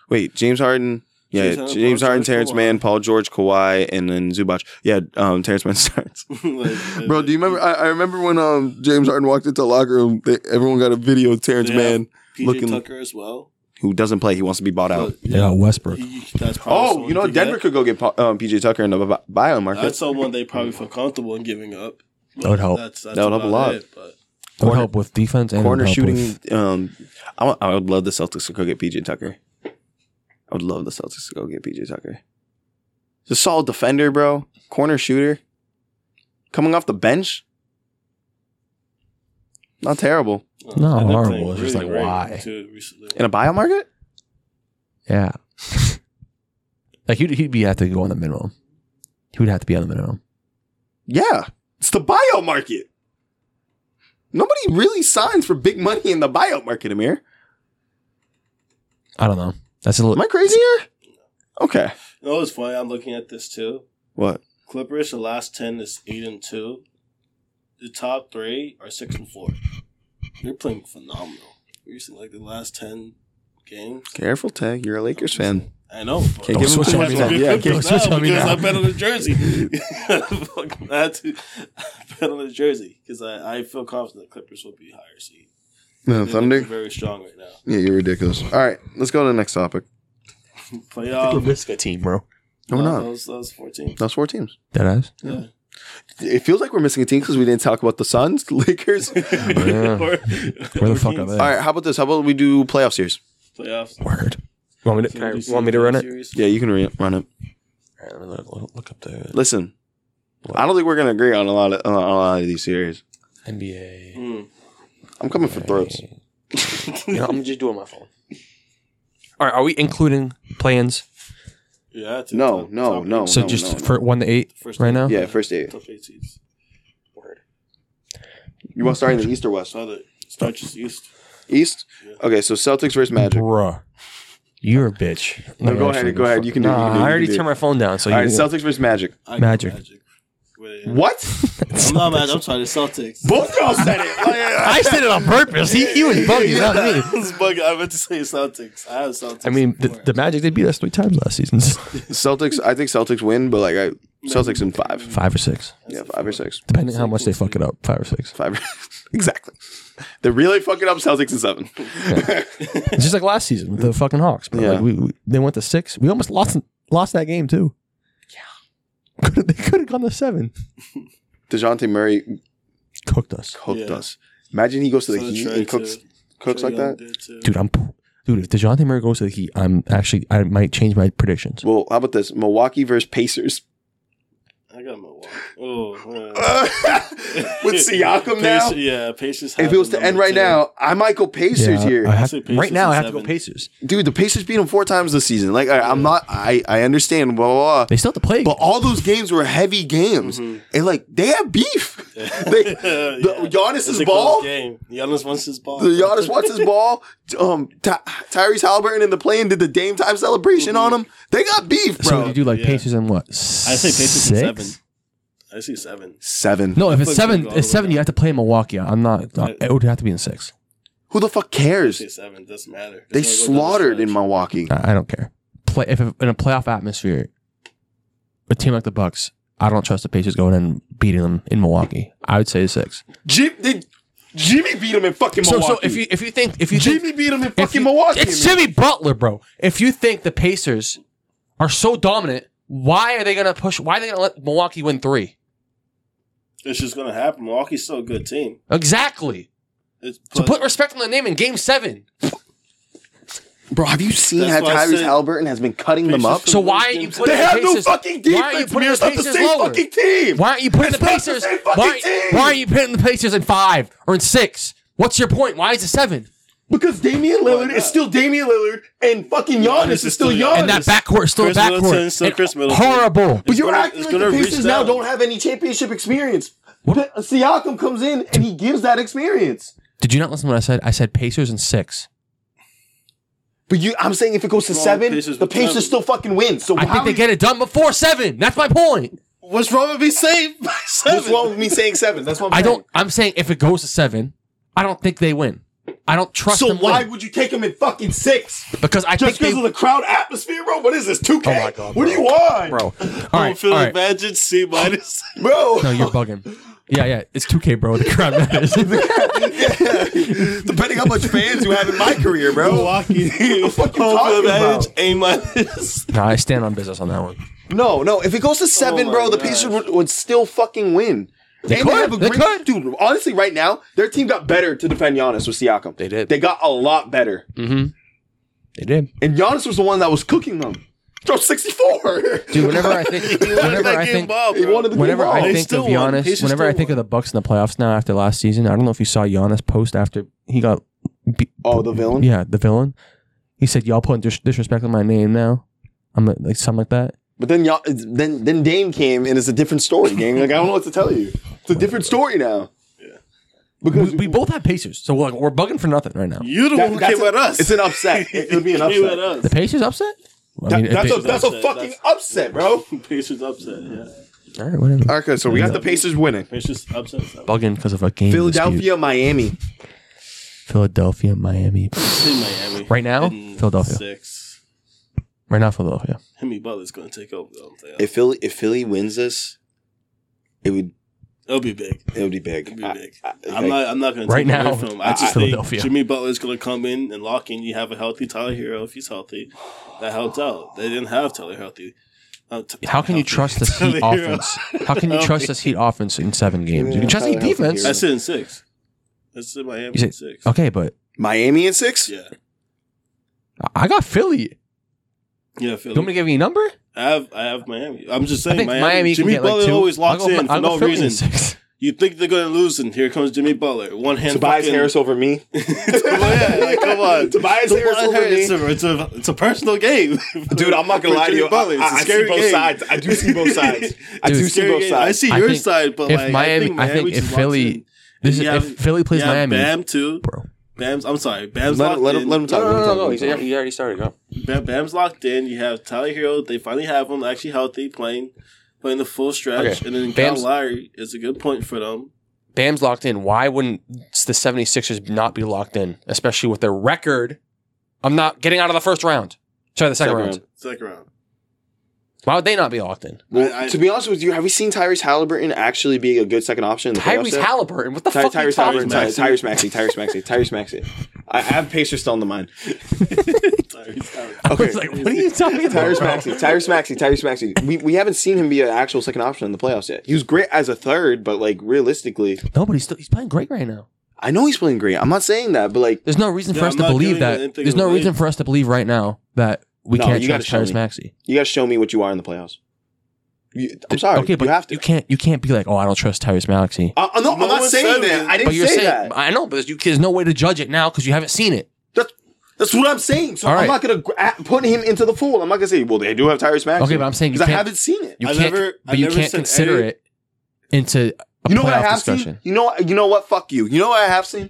S2: Wait, James Harden. Yeah,
S1: James Harden,
S2: James,
S1: Paul
S2: Harden,
S1: George,
S2: Terrence
S1: Kawhi.
S2: Mann, Paul George, Kawhi, and then Zubac. Yeah, um, Terrence Mann starts.
S1: Like,
S2: Bro, do you remember? uh, I, I remember when um, James Harden walked into the locker room. They, everyone got a video of Terrence
S1: They have
S2: Mann
S1: PJ
S2: looking-
S1: Tucker as well?
S2: who doesn't play. He wants to be bought out.
S1: But,
S3: Yeah, Westbrook.
S1: he- he- that's probably
S2: Oh,
S1: someone
S2: you know
S1: they
S2: Denver
S1: get.
S2: could go get Pa- um, PJ Tucker in the bu- buyout market.
S1: That's someone they probably feel comfortable in giving up.
S3: That would help.
S1: That's, that's
S2: That would help a
S1: about
S2: lot.
S1: It, but
S3: Would
S2: Corner-
S3: help with defense and
S2: corner
S3: help with-
S2: shooting. Um, I, want, I would love the Celtics to go get PJ Tucker. I would love the Celtics to go get PJ Tucker. He's a solid defender, bro. Corner shooter. Coming off the bench. Not terrible.
S1: uh,
S3: Not
S1: and they're
S3: horrible,
S1: playing
S3: it's just like,
S1: great,
S3: why?
S1: too, recently.
S2: In a buyout market?
S3: Yeah. like he'd, he'd be have to go on the minimum. He would have to be on the minimum.
S2: Yeah. It's the buyout market. Nobody really signs for big money in the buyout market, Amir.
S3: I don't know. That's a little.
S2: Am I crazy here? Okay.
S1: You know, it's funny. I'm looking at this too.
S2: What?
S1: Clippers, the last ten is eight and two. The top three are six and four. They're playing phenomenal. Recently, like the last ten games.
S2: Careful, Tag. You're a Lakers fan.
S1: I know. but-
S2: Can't give
S3: them switch too on much me now.
S1: Big
S2: Yeah,
S1: Clippers
S3: can't switch
S1: now
S3: on me
S1: because
S3: now.
S1: I bet on the jersey. Fuck, I had to I bet on the jersey because I, I feel confident the Clippers will be higher seed.
S2: No,
S1: They're very strong right now.
S2: Yeah, you're ridiculous. All right, let's go to the next topic.
S1: Playoff.
S3: biscuit team, bro.
S2: No, we're
S1: no,
S2: not.
S1: That was, that was 14.
S2: That's four teams.
S3: Deadass.
S1: Yeah.
S2: It feels like we're missing a team because we didn't talk about the Suns, the Lakers. All
S3: Oh, Yeah.
S1: Or-
S3: Where the fuck are
S1: teams-
S3: they?
S2: right, how about this? How about we do playoff series?
S1: Playoffs.
S3: Word. Want me to,
S1: Can we do
S3: want me to run it?
S1: series?
S2: Yeah, you can re- run it.
S3: Alright, let me look, look up the
S2: Listen, I don't think we're gonna agree on a lot of on a lot of these series.
S3: NBA.
S1: Mm.
S2: I'm coming for throats.
S3: you know, I'm just doing my phone. All right, are we including plans?
S1: Yeah. that's a
S2: No,
S1: top-
S2: no,
S1: top
S2: no.
S1: eight.
S3: So
S2: no,
S3: just
S2: no.
S3: for one to eight
S1: First
S3: right now.
S2: Yeah, first eight.
S1: Top eight seeds.
S2: You want to start in the East or West?
S1: So the start just used.
S2: East. Okay, so Celtics versus Magic. All
S3: Bruh, you're a bitch.
S2: No,
S3: Let
S2: go
S3: me
S2: ahead,
S3: actually-
S2: go ahead. You can do it, you
S3: Nah,
S2: can do it, you
S3: I already
S2: can do it.
S3: turned my phone down. So you
S2: right, Celtics versus Magic.
S1: I
S3: Magic.
S1: go Magic. Wait, yeah.
S2: What?
S1: I'm not mad. I'm sorry. The Celtics.
S2: Both y'all said it.
S3: I said it on purpose. He, he was bugging, not me.
S1: I was bugging. I meant to say Celtics. I have Celtics.
S3: I mean, the,
S1: before.
S3: the Magic did beat us three times last season.
S2: Celtics. I think Celtics win, but like I, Celtics in five.
S3: Five or six,
S2: Yeah, five or six.
S3: depending on how much they fuck it up. Five or six.
S2: Five. exactly. They're really fucking up Celtics in seven.
S3: It's just like last season with the fucking Hawks. Bro.
S2: Yeah.
S3: Like we, we, they went to six. We almost lost lost that game too. Yeah, they could have gone to seven.
S2: DeJounte Murray
S3: Cooked us,
S2: hooked
S1: Yeah.
S2: us. Imagine he goes to
S1: So
S2: the
S1: the
S2: Heat
S1: Trey
S2: and cooks
S1: too.
S2: cooks
S1: Trae
S2: like
S1: Young
S2: that.
S1: did too.
S3: dude. I'm Dude, if DeJounte Murray goes to the Heat, I'm actually, I might change my predictions.
S2: Well, how about this? Milwaukee versus Pacers.
S1: I got Milwaukee. Oh, uh,
S2: With Siakam now?
S1: Pace- yeah, Pacers. have
S2: If it was
S1: the
S2: to end
S1: number
S2: right
S1: two.
S2: now, I might go Pacers
S3: Yeah,
S2: here.
S3: I have-
S1: say Pacers
S3: right
S1: in
S3: now, I have to go
S1: seven.
S3: Pacers.
S2: Dude, the Pacers beat them four times this season. Like, I, I'm not, I, I understand, blah, blah, blah.
S3: They still have to play.
S2: But all those games were heavy games. And, like, they have beef. They, the,
S1: Mm-hmm. Yeah.
S2: Giannis'
S1: It's a close
S2: ball.
S1: Game. Giannis wants his ball.
S2: The Giannis wants his ball. Um, Ty- Tyrese Halliburton in the plane did the Dame time celebration on him. They got beef,
S3: so
S2: bro.
S3: what do you do like
S1: yeah.
S3: Pacers and what? I
S1: I say Pacers in
S3: Six?
S1: seven. I see seven.
S2: Seven.
S3: No, if
S1: I
S3: it's
S1: put
S3: seven,
S1: Google all
S3: it's
S1: the way
S3: seven. You
S1: down.
S3: have to play Milwaukee. I'm not. It would have to be in six.
S2: Who the fuck
S1: I
S2: cares?
S1: say seven. Doesn't matter.
S2: They
S1: There's no go down the
S2: slaughtered in
S1: stretch.
S2: Milwaukee.
S3: I I don't care. Play if if in a playoff atmosphere, a team like the Bucks. I don't trust the Pacers going and beating them in Milwaukee. I would say six.
S2: Jim, they, Jimmy beat him in fucking
S3: So,
S2: Milwaukee.
S3: so if you if you think if you think,
S2: Jimmy beat him in
S3: if
S2: fucking
S3: you-
S2: Milwaukee.
S3: it's
S2: man.
S3: Jimmy Butler, bro. If you think the Pacers are so dominant, why are they gonna push? Why are they gonna let Milwaukee win three?
S1: It's just gonna happen. Milwaukee's still a good team.
S3: Exactly.
S1: It's,
S3: So
S1: but-
S3: put respect on the name in Game Seven.
S2: Bro, have you seen
S1: That's
S2: how
S1: why I
S2: Tyrese
S1: said-
S2: Halliburton has been cutting them up?
S1: Pacers-
S3: So why are you putting
S2: They
S3: the
S2: have no
S3: Pacers-
S2: fucking
S3: why are you
S2: defense,
S3: putting
S2: man. It's not the
S3: Pacers
S2: same
S3: lower?
S2: fucking team.
S3: Why aren't you putting
S2: It's
S3: the
S2: not the
S3: Pacers?
S2: same fucking
S3: why,
S2: team.
S3: why are you putting the Pacers in five or in six? What's your point? Why is it seven?
S2: because Damian Lillard
S1: not?
S2: is still Damian Lillard and fucking Giannis, is still Giannis.
S3: And that backcourt is still
S1: Chris
S3: a backcourt.
S1: Middleton, still
S3: And
S1: Chris Middleton.
S3: horrible.
S2: but you're
S1: gonna-
S2: acting
S1: it's
S2: like the
S1: gonna reach
S2: Pacers now
S1: down.
S2: don't have any championship experience. But Siakam comes in and he gives that experience.
S3: Did you not listen to what I said? I said Pacers in six.
S2: But you, I'm saying if it goes to
S1: Wrong
S2: seven,
S1: Pacers
S2: the
S1: with
S2: Pacers
S1: seven.
S2: still fucking win. So
S3: I
S2: how
S3: think they
S2: you-
S3: get it done before seven. That's my point.
S1: What's wrong with me saying by seven?
S2: What's wrong with me saying seven? That's what I'm
S3: I
S2: saying.
S3: don't. I'm saying if it goes to seven, I don't think they win. I don't trust
S2: So
S3: them.
S2: why
S3: win.
S2: would you take him in fucking six?
S3: Because I
S2: Just
S3: think
S2: because
S3: they.
S2: of the crowd atmosphere, bro? What is this? 2K?
S3: Oh my God,
S2: what do
S3: bro.
S2: you want?
S3: bro. All
S1: All
S3: right. All
S1: Phil,
S3: right.
S1: imagine C minus.
S2: Bro.
S3: No, you're bugging. Yeah, yeah. It's 2K, bro. The crowd matters.
S2: Depending how much fans you have in my career, bro.
S1: Milwaukee.
S2: fuck you
S1: Home
S2: talking
S1: field
S2: about?
S1: advantage, A minus.
S3: nah, I stand on business on that one.
S2: No, no. If it goes to seven,
S1: Oh my
S2: bro, the
S1: gosh.
S2: Pacers would, would still fucking win. They
S3: could, they could.
S2: Dude, honestly, right now, their team got better to defend Giannis with Siakam.
S3: They did.
S2: They got a lot better.
S3: Mm-hmm. They did.
S2: And Giannis was the one that was cooking them. Throw 64.
S3: Dude, whenever I think, whenever I think,
S2: He wanted the game
S3: whenever
S2: ball.
S3: I
S1: They
S3: think
S1: still
S3: of
S1: won.
S3: Giannis,
S1: Pacers
S3: whenever I
S1: still
S3: think of
S1: won.
S3: the Bucks in the playoffs now after last season, I don't know if you saw Giannis post after he got, be-
S2: Oh, the villain?
S3: yeah, the villain. He said, "Y'all putting dis- disrespect on my name now." I'm like, like something like that.
S2: But then, y'all, then, then Dame came, and it's a different story, Dame. Like I don't know what to tell you. It's a different story now. Because
S3: We, we both have Pacers, so we're, like, we're bugging for nothing right now.
S1: You the
S2: that-
S1: one who
S2: that's
S1: came
S2: a-
S1: at us.
S2: It's an upset. It, would be an
S1: Came at
S2: upset.
S1: us.
S3: The Pacers upset? I mean,
S2: That- that's, a,
S3: if
S2: that's a
S1: upset.
S2: fucking upset, bro.
S1: Pacers upset. Yeah.
S3: they- all right, whatever.
S2: Okay, so we got the Pacers winning.
S1: Pacers upset. seven.
S3: Bugging because of a game. dispute.
S2: Philadelphia, Miami.
S3: Philadelphia, Miami.
S1: Say Miami.
S3: Right now,
S1: In
S3: Philadelphia.
S1: Six.
S3: Right now, Philadelphia.
S1: Hemi Butler's gonna take over. though, I'm saying.
S2: If Philly, if Philly wins this, it would
S1: It'll be big.
S2: it would be big.
S1: It'll be
S2: I-
S1: big.
S2: I-
S1: I, am
S2: like,
S1: not. I'm not gonna
S3: Right
S1: take
S3: now,
S1: away from him.
S3: it's just Philadelphia.
S1: Jimmy Butler's gonna come in and lock in. You have a healthy Tyler Hero if he's healthy. That helped out. They didn't have Tyler healthy. Uh, t-
S3: How can you
S1: healthy.
S3: trust this Heat
S1: Tyler Hero.
S3: offense? How can you trust this Heat offense in seven games? You can trust the Heat
S2: Tyler Hero.
S3: defense.
S1: I said in six. I said Miami
S3: You said-
S1: in six.
S3: Okay, but
S2: Miami in six.
S1: Yeah.
S3: I got Philly.
S1: Yeah.
S3: You
S1: Philly.
S3: want me to give you a number?
S1: I have. I have Miami. I'm just
S3: I
S1: saying.
S3: think
S1: Miami.
S3: Miami, can
S1: Jimmy
S3: get
S1: Butler
S3: like two.
S1: always locks
S3: I'll go-
S1: in
S3: I'll
S1: for
S3: go
S1: no
S3: Philly in
S1: reason.
S3: six.
S1: You think they're gonna lose, and here comes Jimmy Butler. One hand.
S2: Tobias
S1: fucking-
S2: Harris over me.
S1: Come on, yeah, like, come on.
S2: Tobias Harris
S1: Tobias
S2: over me.
S1: Harris, It's a, it's a it's a personal game,
S2: Dude, I'm not gonna
S1: For
S2: lie to
S1: Jimmy
S2: you.
S1: Butler,
S2: I, I, I see both
S1: game.
S2: sides. I do see both sides. I
S3: Dude,
S1: It's a
S2: do see
S1: scary
S2: both
S1: game. I
S2: sides.
S1: see
S3: I
S1: your
S3: think
S1: side, but
S3: if
S1: like,
S3: Miami-
S1: I think, Miami
S3: I think
S1: just
S3: if
S1: locks
S3: Philly-
S1: in.
S3: this is-
S1: You have-
S3: if Philly plays
S1: you have
S3: Miami-
S1: Bam too.
S3: Bro.
S1: Bam's. I'm sorry, Bam's
S2: Let,
S1: locked
S2: let,
S1: in.
S2: him- let him talk. let him talk, let him talk.
S3: already started. Go.
S1: Bam, Bam's locked in. You have Tyler Hero. They finally have him actually healthy, playing playing the full stretch,
S3: Okay.
S1: and then
S3: Bam's-
S1: Kyle Lowry is a good point for them.
S3: Bam's locked in. Why wouldn't the 76ers not be locked in, especially with their record? I'm not getting out of the first round. Sorry, the second,
S2: Second
S3: round.
S2: round.
S1: Second round.
S3: Why would they not be locked in?
S2: Well,
S1: I- I-
S2: to be honest with you, have we seen Tyrese Halliburton actually be a good second option? In the playoffs
S3: Tyrese
S2: yet?
S3: Halliburton. What the
S2: Ty-
S3: fuck are you
S2: Tyrese
S3: talking
S2: Halliburton,
S3: about?
S2: Ty-
S1: Maxey.
S2: Tyrese Maxey, Tyrese Maxey, Tyrese Maxey. I I have Pacers still on the mind.
S1: Tyrese Howard.
S3: I was like, what are you talking about?
S2: Tyrese
S3: bro?
S2: Maxey, Tyrese Maxey, Tyrese Maxey. We, we haven't seen him be an actual second option in the playoffs yet. He was great as a third, but like realistically,
S3: No, but he's, still, he's playing great right now.
S2: I know he's playing great. I'm not saying that, but like,
S3: There's no reason
S1: Yeah,
S3: for
S1: I'm
S3: us to
S1: not
S3: believe
S1: giving you
S3: that.
S1: anything
S3: There's
S1: to
S3: no
S1: believe.
S3: reason for us to believe right now that we
S2: No,
S3: can't
S2: you gotta
S3: trust
S2: show
S3: Tyrese
S2: me.
S3: Maxey.
S2: you gotta show me what you are in the playoffs. You, I'm sorry.
S3: okay, but
S2: you have to.
S3: can't. You can't be like, oh, I don't trust Tyrese Maxey.
S2: I, I-
S1: No
S2: no, I'm not
S1: one said
S2: saying that.
S1: it.
S2: I didn't
S3: But you're
S2: say
S3: saying
S2: that.
S3: I know, but there's, you, there's no way to judge it now because you haven't seen it.
S2: That's what I'm saying. So
S3: All
S2: I'm
S3: right.
S2: not gonna gr- a- put him into the fold. I'm not gonna say, well, they do have Tyrese Maxey.
S3: Okay, but I'm saying you
S2: because I
S3: can't-
S2: haven't seen it.
S3: You
S1: I
S3: can't,
S1: never- I
S3: but you
S1: never
S3: can't
S1: said
S3: consider
S1: any-
S3: it into a
S2: You know
S3: playoff
S2: what I have
S3: discussion.
S2: seen? You know what? You know what? Fuck you. You know what I have seen?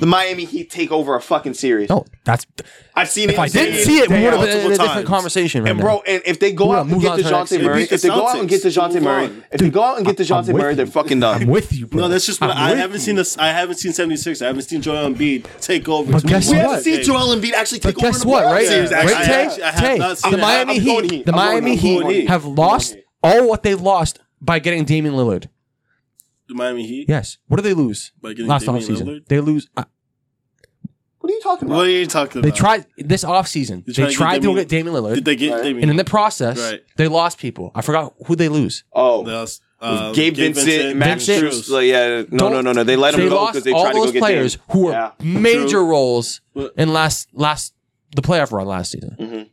S2: The Miami Heat take over a fucking series.
S3: No, that's
S2: I've seen it.
S3: if I
S2: I've seen
S3: didn't see it, we
S2: damn,
S3: would have been in a
S2: multiple
S3: different
S2: times.
S3: conversation. Right
S2: And
S3: now.
S2: bro, and if they go
S3: We're
S2: out
S3: gonna
S2: and
S3: move
S2: get
S3: on to the next
S2: Dejounte
S3: series.
S2: Murray,
S1: They beat the
S2: if they go out and get
S1: Celtics.
S2: Dejounte
S1: Move
S2: Murray,
S1: on.
S2: if they go out and get
S3: I'm
S2: Dejounte
S3: with
S2: Murray,
S3: you.
S2: they're fucking
S3: I'm
S2: done.
S3: with you, bro.
S1: No, that's just what
S3: I'm
S1: I
S3: with
S1: haven't
S3: you.
S1: seen this. I haven't seen 76. I haven't seen Joel Embiid take over.
S3: But guess
S2: We
S3: what?
S2: haven't seen Joel Embiid actually take
S3: But
S2: over. in
S3: guess
S2: the
S3: what,
S2: playoff
S3: right?
S2: Series,
S1: Yeah,
S2: actually.
S1: I
S3: right, Tay?
S1: actually- I have
S3: Tay,
S1: not seen
S3: the
S1: it.
S3: Miami
S2: I'm going
S3: Heat,
S2: Heat.
S3: the
S2: I'm going
S3: Miami
S2: Heat.
S1: I'm going
S3: Heat
S1: Heat.
S3: have lost all what they lost by getting Damian Lillard.
S1: The Miami Heat.
S3: Yes. What do they lose
S1: By getting
S3: last
S1: Damian
S3: offseason?
S1: Lillard?
S3: They lose. uh,
S2: What are you talking
S1: What
S2: about?
S1: are you talking
S3: They
S1: about?
S3: tried this offseason.
S1: They
S3: They
S1: tried to
S3: tried,
S1: get
S3: to
S1: Damian-
S3: get Damian Lillard,
S1: Did they get
S2: Right.
S1: Damian?
S3: and in the process,
S1: Right.
S3: they lost people. I forgot who they lose.
S2: Oh,
S1: They lost, um,
S2: Gabe Vincent, Max
S3: Vincent.
S2: Strus. Like, yeah, no,
S3: Don't-
S2: no, no, no. They let him
S3: they
S2: go
S3: lost
S2: because they
S3: all
S2: tried to
S3: those
S2: go get
S3: players
S2: players.
S3: who were
S2: Yeah.
S3: major
S1: True.
S3: roles
S1: What-
S3: in last last the playoff run last season.
S2: Mhm.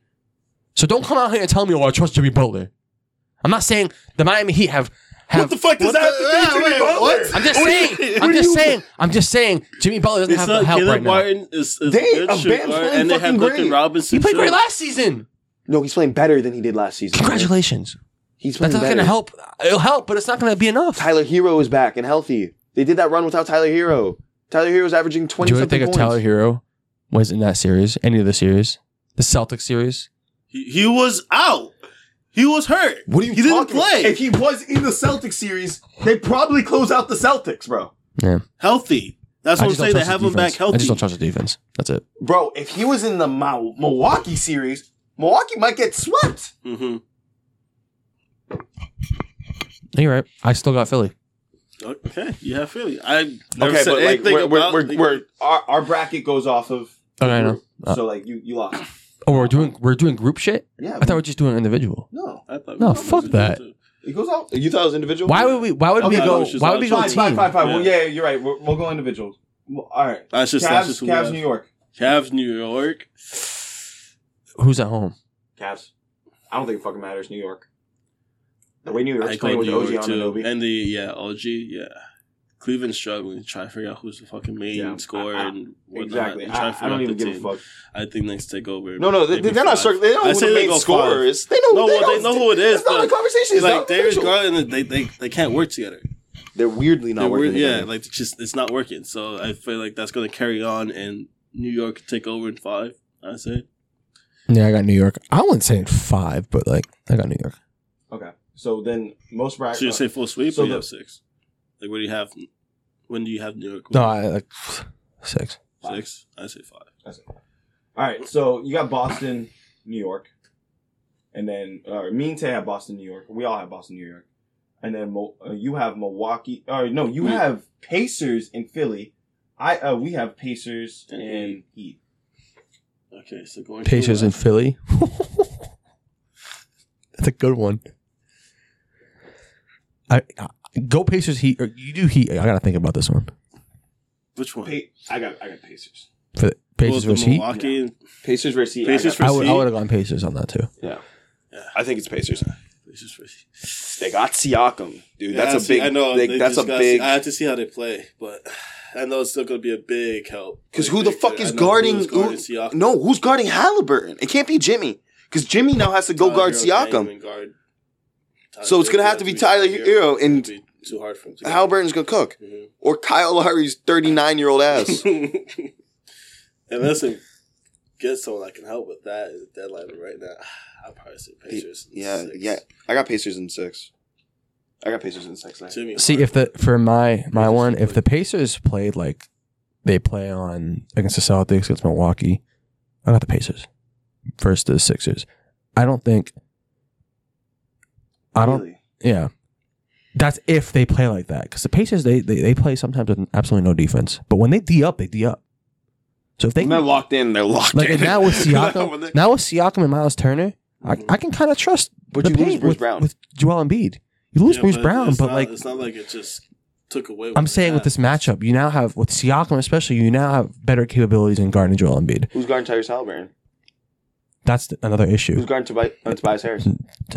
S3: So don't come out here and tell me, "Oh, I trust Jimmy Butler." I'm not saying the Miami Heat have have.
S2: What the fuck
S1: What
S2: does that have
S1: the-
S2: to do with
S1: yeah,
S2: Jimmy
S1: wait,
S2: Butler?
S1: what?
S3: I'm just
S2: What do
S3: saying.
S2: you-
S3: I'm
S2: what do
S3: just
S2: you-
S3: saying. I'm just saying. Jimmy Butler doesn't
S1: It's
S3: have the
S1: not
S3: help
S1: Caleb
S3: right now.
S1: Martin is, is
S2: They-
S1: a
S2: uh,
S1: good shooter,
S2: Bam's playing
S1: and they have
S2: fucking
S1: Duncan
S2: great.
S1: Robinson.
S3: He played
S1: too.
S3: great last season.
S2: No, he's playing better than he did last season.
S3: Congratulations.
S2: He's playing
S3: That's not
S2: better.
S3: going to help. It'll help, but it's not going to be enough.
S2: Tyler Hero is back and healthy. They did that run without Tyler Hero. Tyler Hero's averaging twenty
S3: Do you
S2: something
S3: think if
S2: points.
S3: Tyler Hero was in that series, any of the series, the Celtics series?
S1: He, he was out. He was hurt.
S2: What are you
S1: He didn't
S2: talking about?
S1: play.
S2: If he was in the Celtics series, they probably close out the Celtics, bro.
S3: Yeah,
S1: Healthy. That's
S3: I
S1: what I'm
S3: just don't
S1: saying. They
S3: trust the
S1: have him
S3: defense.
S1: back healthy.
S3: I just don't trust the defense. That's it.
S2: Bro, if he was in the Mil- Milwaukee series, Milwaukee might get swept.
S1: Mhm.
S3: You're right. I still got Philly.
S1: Okay, you have Philly. I never said
S2: like
S1: anything
S2: we're, we're,
S1: about
S2: we're, we're- our, our bracket goes off of
S3: Okay, I know. Uh,
S2: so like you you lost.
S3: oh, we're doing we're doing group shit.
S2: Yeah.
S3: I thought we were just doing individual.
S2: no.
S1: I thought
S3: No,
S1: we were
S3: fuck
S1: doing
S3: that.
S1: too.
S2: It goes out. You thought it was individual?
S3: Why would we? Why would we
S2: Okay,
S3: go?
S1: no, it's just
S3: Why
S1: not
S3: would we go
S1: a
S2: Fine,
S1: choice.
S3: team?
S2: fine, fine, fine. Well,
S1: Yeah.
S2: yeah, you're right. We'll, we'll go individuals. Well, all right.
S1: That's Ah, just that's
S2: Cavs,
S1: just who
S2: Cavs,
S1: we
S2: New
S1: have.
S2: York.
S1: Cavs, New York.
S3: Who's at home?
S2: Cavs. I don't think it fucking matters. New York. The way New
S1: I
S2: York's
S1: go
S2: playing with
S1: New
S2: OG
S1: York too.
S2: Ananobi.
S1: And the yeah, OG, yeah. Cleveland's struggling to try to figure out who's the fucking main
S2: Yeah,
S1: scorer
S2: I- I-
S1: and whatnot,
S2: Exactly.
S1: and try
S2: I,
S1: to
S2: I
S1: figure
S2: don't
S1: out
S2: even
S1: the
S2: give
S1: team.
S2: a fuck.
S1: I think next take over.
S2: No, no, they,
S1: maybe
S2: they're not
S1: five.
S2: circling. They
S1: I
S2: know who
S1: say
S2: the
S1: they
S2: main
S1: go
S2: scorer is. They know.
S1: No,
S2: they,
S1: well,
S2: know
S1: they know who it is,
S2: That's not
S1: but-
S2: the conversation. It's
S1: Like
S2: like
S1: Darius Garland, and they they they can't work together.
S2: They're weirdly not
S1: They're
S2: working.
S1: weird- yeah,
S2: together.
S1: like it's just it's not working. So I feel like that's going to carry on, and New York could take over in five. I say
S3: Yeah, I got New York. I wouldn't say in five, but like I got New York.
S2: okay. So then most brackets.
S1: so. You say full sweep,
S2: So
S1: or you
S2: the-
S1: have six. Like what do you have? When do you have New York?
S3: No, I like six.
S1: six. I say five.
S2: All right. uh, So you got Boston, New York, and then uh, me and Tay have Boston, New York. We all have Boston, New York, and then Mo- uh, you have Milwaukee. Or no, you
S1: Yeah.
S2: have Pacers in Philly. I uh, we have Pacers
S1: And
S2: and Heat.
S1: Okay, so going to
S3: Pacers
S1: the
S3: in
S1: West.
S3: Philly. That's a good one. I, I go Pacers Heat. Or you do Heat. I gotta think about this one.
S1: Which one?
S2: Pa- I got I got Pacers.
S3: For the Pacers
S1: well, the
S3: versus Heat.
S1: Milwaukee. and-
S2: Pacers versus Heat.
S1: Pacers
S2: I,
S1: versus-
S2: got-
S3: I would. I
S1: Heat.
S3: would have gone Pacers on that too.
S2: I think it's Pacers.
S1: Pacers versus Heat.
S2: They got Siakam, dude.
S1: Yeah,
S2: that's
S1: see,
S2: a big. they-
S1: they
S2: that's a
S1: just gotta
S2: big.
S1: See, I have to see how they play, but I know it's still going to be a big help.
S2: 'Cause
S1: Like,
S2: who the
S1: big
S2: fuck
S1: play.
S2: is
S1: I know
S2: guarding-
S1: who's
S2: who-
S1: Siakam.
S2: no, who's guarding Halliburton? It can't be Jimmy because Jimmy now has to go
S1: Tyler
S2: guard
S1: Hero can't
S2: Siakam.
S1: even guard Tyler
S2: So it's
S1: Hero.
S2: gonna have to be Tyler Hero, and-
S1: It's gonna be too hard for him. To guard.
S2: Halliburton's gonna cook,
S1: Mhm.
S2: or Kyle Lowry's thirty-nine-year-old ass.
S1: Mm-hmm. and listen, get someone that can help with that is deadline right now. I probably say Pacers. in
S2: yeah,
S1: six.
S2: yeah. I got Pacers in six. I got Pacers in six. I-
S1: Jimmy
S3: See
S1: Hart.
S3: if the for my my
S1: Pacers
S3: one
S1: play.
S3: if the Pacers played like they play on against the Celtics against Milwaukee, I got the Pacers versus the Sixers. I don't think. I don't.
S2: Really?
S3: Yeah, that's if they play like that because the Pacers they, they they play sometimes with absolutely no defense, but when they d up they d up. So if they
S2: When they're locked in. They're locked
S3: like
S2: in.
S3: and now with
S2: When they- Mm-hmm.
S3: Siakam now with Siakam and Miles Turner, I, I can kind of trust.
S2: But
S3: the
S2: you lose
S3: paint
S2: Bruce
S3: with,
S2: Brown.
S3: with Joel Embiid. You lose
S1: Yeah,
S3: Bruce
S1: but
S3: Brown,
S1: it's
S3: but
S1: not-
S3: like
S1: it's not like it's just took away.
S3: I'm saying with this matchup, you now have with Siakam especially, you now have better capabilities in guarding Joel Embiid.
S2: Who's guarding Tyrese Halliburton?
S3: That's th- another issue.
S2: Who's guarding Tobias, uh, Tobias Harris?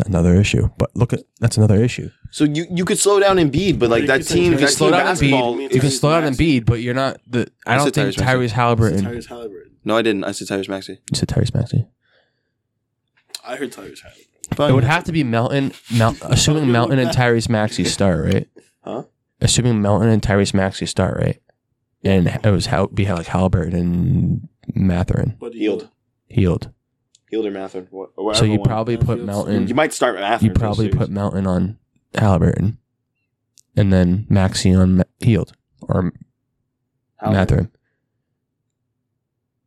S3: Another issue. But look at that's another issue.
S2: So you, you could slow down Embiid, but like
S1: You
S2: that
S1: could say
S2: team,
S1: Tyrese-
S2: that
S3: slow
S2: team
S3: down Embiid.
S2: basketball.
S1: You
S3: You can
S1: Tyrese
S3: slow down
S1: Maxey.
S3: Embiid, but you're not the. I
S2: I
S3: don't
S2: said
S3: think
S2: Tyrese Maxey.
S3: Tyrese Halliburton. You
S1: Tyrese Halliburton.
S2: No, I didn't. I said Tyrese Maxey.
S3: said Tyrese Maxey.
S1: I heard Tyrese Halliburton.
S3: It would have to be Melton. Mel, assuming Melton and Tyrese Maxey start, right?
S2: Huh?
S3: Assuming Melton and Tyrese Maxey start, right? And it was how be like Halliburton and Matherin
S1: But
S2: Yield.
S3: healed.
S2: Hilder Mathern. wh- or
S3: So
S2: whatever
S3: you
S2: one.
S3: probably put
S1: Matthews.
S3: Melton.
S2: you might start Mathern.
S3: you
S2: for this
S3: probably
S2: series.
S3: put Melton on Halliburton, and then Maxi on Ma- Heald or
S2: Halliburton.
S3: Matherin.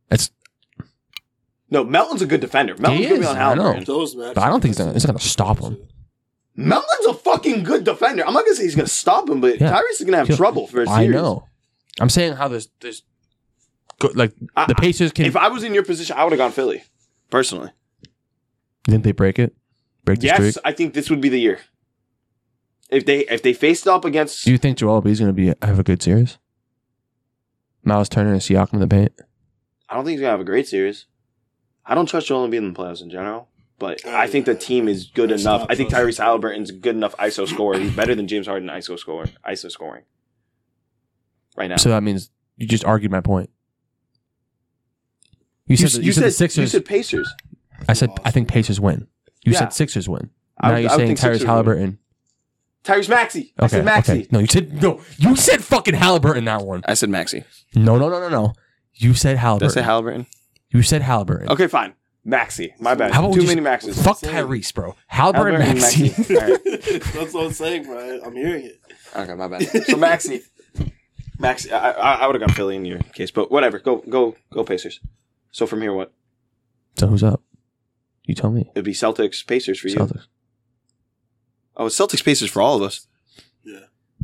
S3: It's.
S2: No, Melton's a good defender. Melton's gonna be
S3: is,
S2: on
S3: I know.
S2: Halliburton.
S1: Those matches.
S3: But I don't think it's gonna- it's gonna stop him.
S2: Melton's a fucking good defender. I'm not gonna say he's gonna stop him, but
S3: Yeah.
S2: Tyrese is gonna have
S3: He'll-
S2: trouble for a
S3: I
S2: series.
S3: know. I'm saying how there's there's good, like
S2: I-
S3: the Pacers can.
S2: If I was in your position, I would have gone Philly. Personally,
S3: didn't they break it? Break the streak.
S2: yes, I think this would be the year. If they if they faced up against
S3: Do you think Joel Embiid's going to be have a good series? Miles Turner and Siakam in the paint.
S2: I don't think he's gonna have a great series. I don't trust Joel Embiid in the playoffs in general, but I think the team is good
S1: It's
S2: enough.
S1: not
S2: I think
S1: trust-
S2: Tyrese Halliburton's a good enough ISO scorer. He's better than James Harden ISO scorer. ISO scoring right now.
S3: So that means you just argued my point. You said the, you, said, the Sixers.
S2: You said Pacers.
S3: I said I think Pacers win. You
S2: Yeah.
S3: said Sixers win.
S2: I
S3: now
S2: would-
S3: you're
S2: I would
S3: saying
S2: think Sixers
S3: Tyrese
S2: win.
S3: Halliburton.
S2: Tyrese Maxey. I
S3: Okay,
S2: said Maxey.
S3: okay. No, you said no. You said fucking Halliburton that one.
S2: I said Maxey.
S3: No, no, no, no, no. You said Halliburton.
S2: Halliburton?
S3: you said Halliburton.
S2: Okay, fine. Maxey. My bad.
S3: How about
S2: Too
S3: we
S2: many
S3: just-
S2: Maxes.
S3: Fuck
S1: Same.
S3: Tyrese, bro. Halliburton,
S2: Halliburton,
S3: Maxey.
S2: Maxey. All right.
S1: That's what I'm saying, Brian. I'm hearing it.
S2: Okay, my bad. So Maxi, Maxi, I, I, I would have gone Philly in your case, but whatever. Go, go, go Pacers. So from here, what?
S3: so who's up? You tell me.
S2: It'd be Celtics, Pacers for you.
S3: Celtics.
S2: Oh, it's Celtics, Pacers for all of us.
S1: Yeah.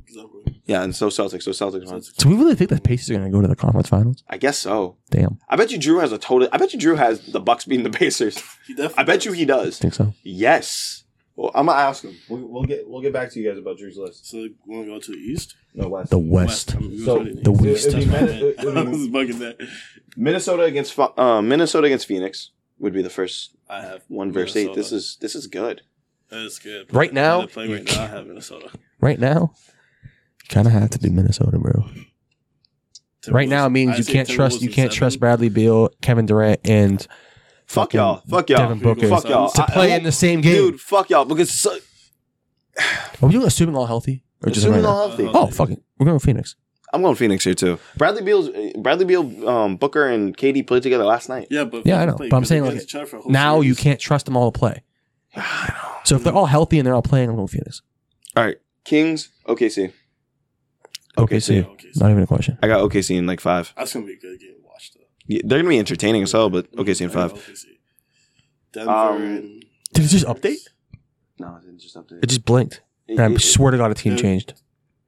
S1: Exactly.
S2: Yeah, and so Celtics, so Celtics. wins.
S3: Do we really think the Pacers are going to go to the conference finals?
S2: I guess so.
S3: Damn,
S2: I bet you Drew has a total. I bet you Drew has the Bucks beating the Pacers.
S1: He definitely
S2: I bet you he does.
S3: think so.
S2: Yes. Well, I'm gonna ask him. We'll, we'll get we'll get back to you guys about Drew's list.
S1: So, you want to go to the East?
S2: No West.
S3: The West.
S1: I mean, we
S2: So,
S1: was ready.
S3: the
S1: That's
S3: West.
S1: what
S2: It'd be
S1: I
S2: Medi-
S1: meant.
S2: it'd be-
S1: I was bugging that.
S2: Minnesota against Pho- uh, Minnesota against Phoenix would be the first
S1: I have
S2: one versus eight. This
S1: Minnesota.
S2: is this is good.
S1: That's good.
S3: Right
S1: They're
S3: now-
S1: playing right now. I have Minnesota.
S3: Right now, you kind of have to do Minnesota, bro. right now, it means you
S1: I'd say
S3: can't trust
S1: Timberwolves
S3: you
S1: in
S3: can't
S1: seven.
S3: trust Bradley Beal, Kevin Durant, and
S2: Fuck
S3: Fucking
S2: y'all. Fuck y'all.
S3: Devin Booker
S2: Fuck y'all.
S3: to
S2: I-
S3: play
S2: I-
S3: in the same game.
S2: Dude, fuck y'all. Because so,
S3: Are we doing assuming all healthy or just
S2: assuming
S3: right now?
S2: all healthy.
S1: all-
S3: Oh fuck it, we're going with Phoenix.
S2: I'm going Phoenix here too. Bradley Beal's Bradley Beal, um, Booker, and KD played together last night.
S1: Yeah, but
S3: Yeah, I know, but I'm saying, like, Now you can't trust them all to play. So if they're all healthy and they're all playing, I'm going with Phoenix.
S2: All right, Kings, OKC.
S3: Okay,
S2: OKC.
S3: see, not even a question.
S2: I got OKC in like five.
S1: That's gonna be a good game to watch though.
S2: Yeah, They're gonna be entertaining as hell, but OKC in
S1: I got
S2: five.
S1: OKC. Denver
S2: Um,
S1: and
S3: Did it just update?
S2: No, it didn't just update.
S3: It just blinked,
S2: It-
S3: and I
S2: it-
S3: swear to God, a team
S1: Dude.
S3: changed,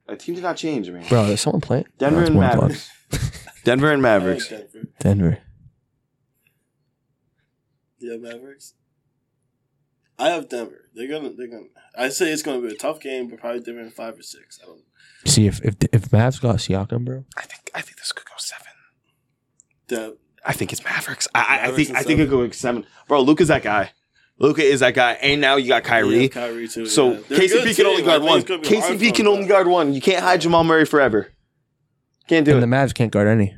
S2: a team did not change, man.
S3: bro. Is someone playing?
S2: Denver
S3: No, it's
S2: and
S3: one o'clock.
S2: Mavericks. Denver and
S1: I like
S2: Mavericks.
S1: Denver.
S3: Denver.
S1: Yeah, Mavericks. I have Denver. They're gonna. They're gonna. I say it's gonna be a tough game, but probably Denver in five or six. I don't.
S3: See if if if Mavs got Siakam, bro.
S2: I think I think this could go seven.
S1: The,
S2: I think it's Mavericks. I, I, I
S1: Mavericks
S2: think
S1: in
S2: I think it
S1: seven.
S2: goes seven. Bro, Luca's that guy. Luca is that guy, and now you got Kyrie.
S1: yeah, Kyrie too.
S2: So
S1: yeah. They're
S2: KCP
S1: good
S2: can
S1: team.
S2: only
S1: I
S2: guard
S1: think
S2: one.
S1: it's gonna be hard for
S2: KCP can
S1: them,
S2: only
S1: but
S2: guard one. You can't hide Jamal Murray forever. Can't do
S3: and
S2: it.
S3: the Mavs can't guard any.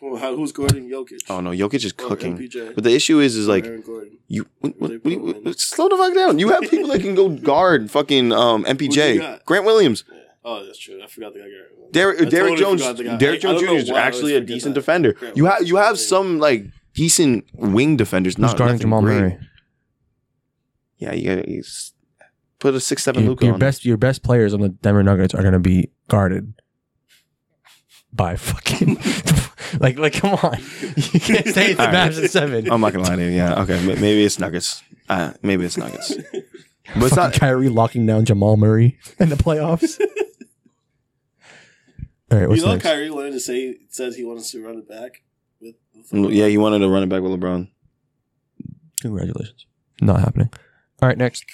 S1: who- how- Who's guarding Jokic?
S2: Oh no, Jokic is
S1: Or
S2: cooking.
S1: MPJ.
S2: But the issue is, is
S1: Or
S2: like
S1: Aaron Gordon.
S2: you what, what,
S1: They
S2: what do
S1: put him
S2: you-
S1: in.
S2: slow the fuck down. You have people that can go guard fucking um,
S1: Who you
S2: MPJ,
S1: got?
S2: Grant Williams,
S1: Yeah. Oh, that's true. I forgot the guy. Gordon.
S2: Derrick
S1: I totally
S2: Derrick Jones.
S1: forgot the guy.
S2: Derrick
S1: I- I
S2: Jones
S1: don't
S2: Jr.
S1: know
S2: is
S1: why I always
S2: actually a
S1: forget
S2: decent
S1: that.
S2: defender.
S1: Grant
S2: You have
S1: Williams
S2: you
S1: is
S2: have
S1: the thing.
S2: some like decent wing defenders.
S3: Who's
S2: Not
S3: guarding Jamal Murray?
S2: Yeah, you got to put a six seven
S3: Your,
S2: Luca
S3: your
S2: on.
S3: best your best players on the Denver Nuggets are going to be guarded by fucking like like come on. You can't say it's the
S2: All right.
S3: Mavs at seven.
S2: I'm not gonna lie to you. Yeah, okay, m- maybe it's Nuggets. Uh, maybe it's Nuggets. But it's
S3: Fucking
S2: not
S3: Kyrie locking down Jamal Murray in the playoffs. All right, what's
S1: You know,
S3: next?
S1: Kyrie wanted to say says he wants to run it back with. with
S2: Yeah, he wanted to run it back with LeBron.
S3: Congratulations. Not happening. All right, next.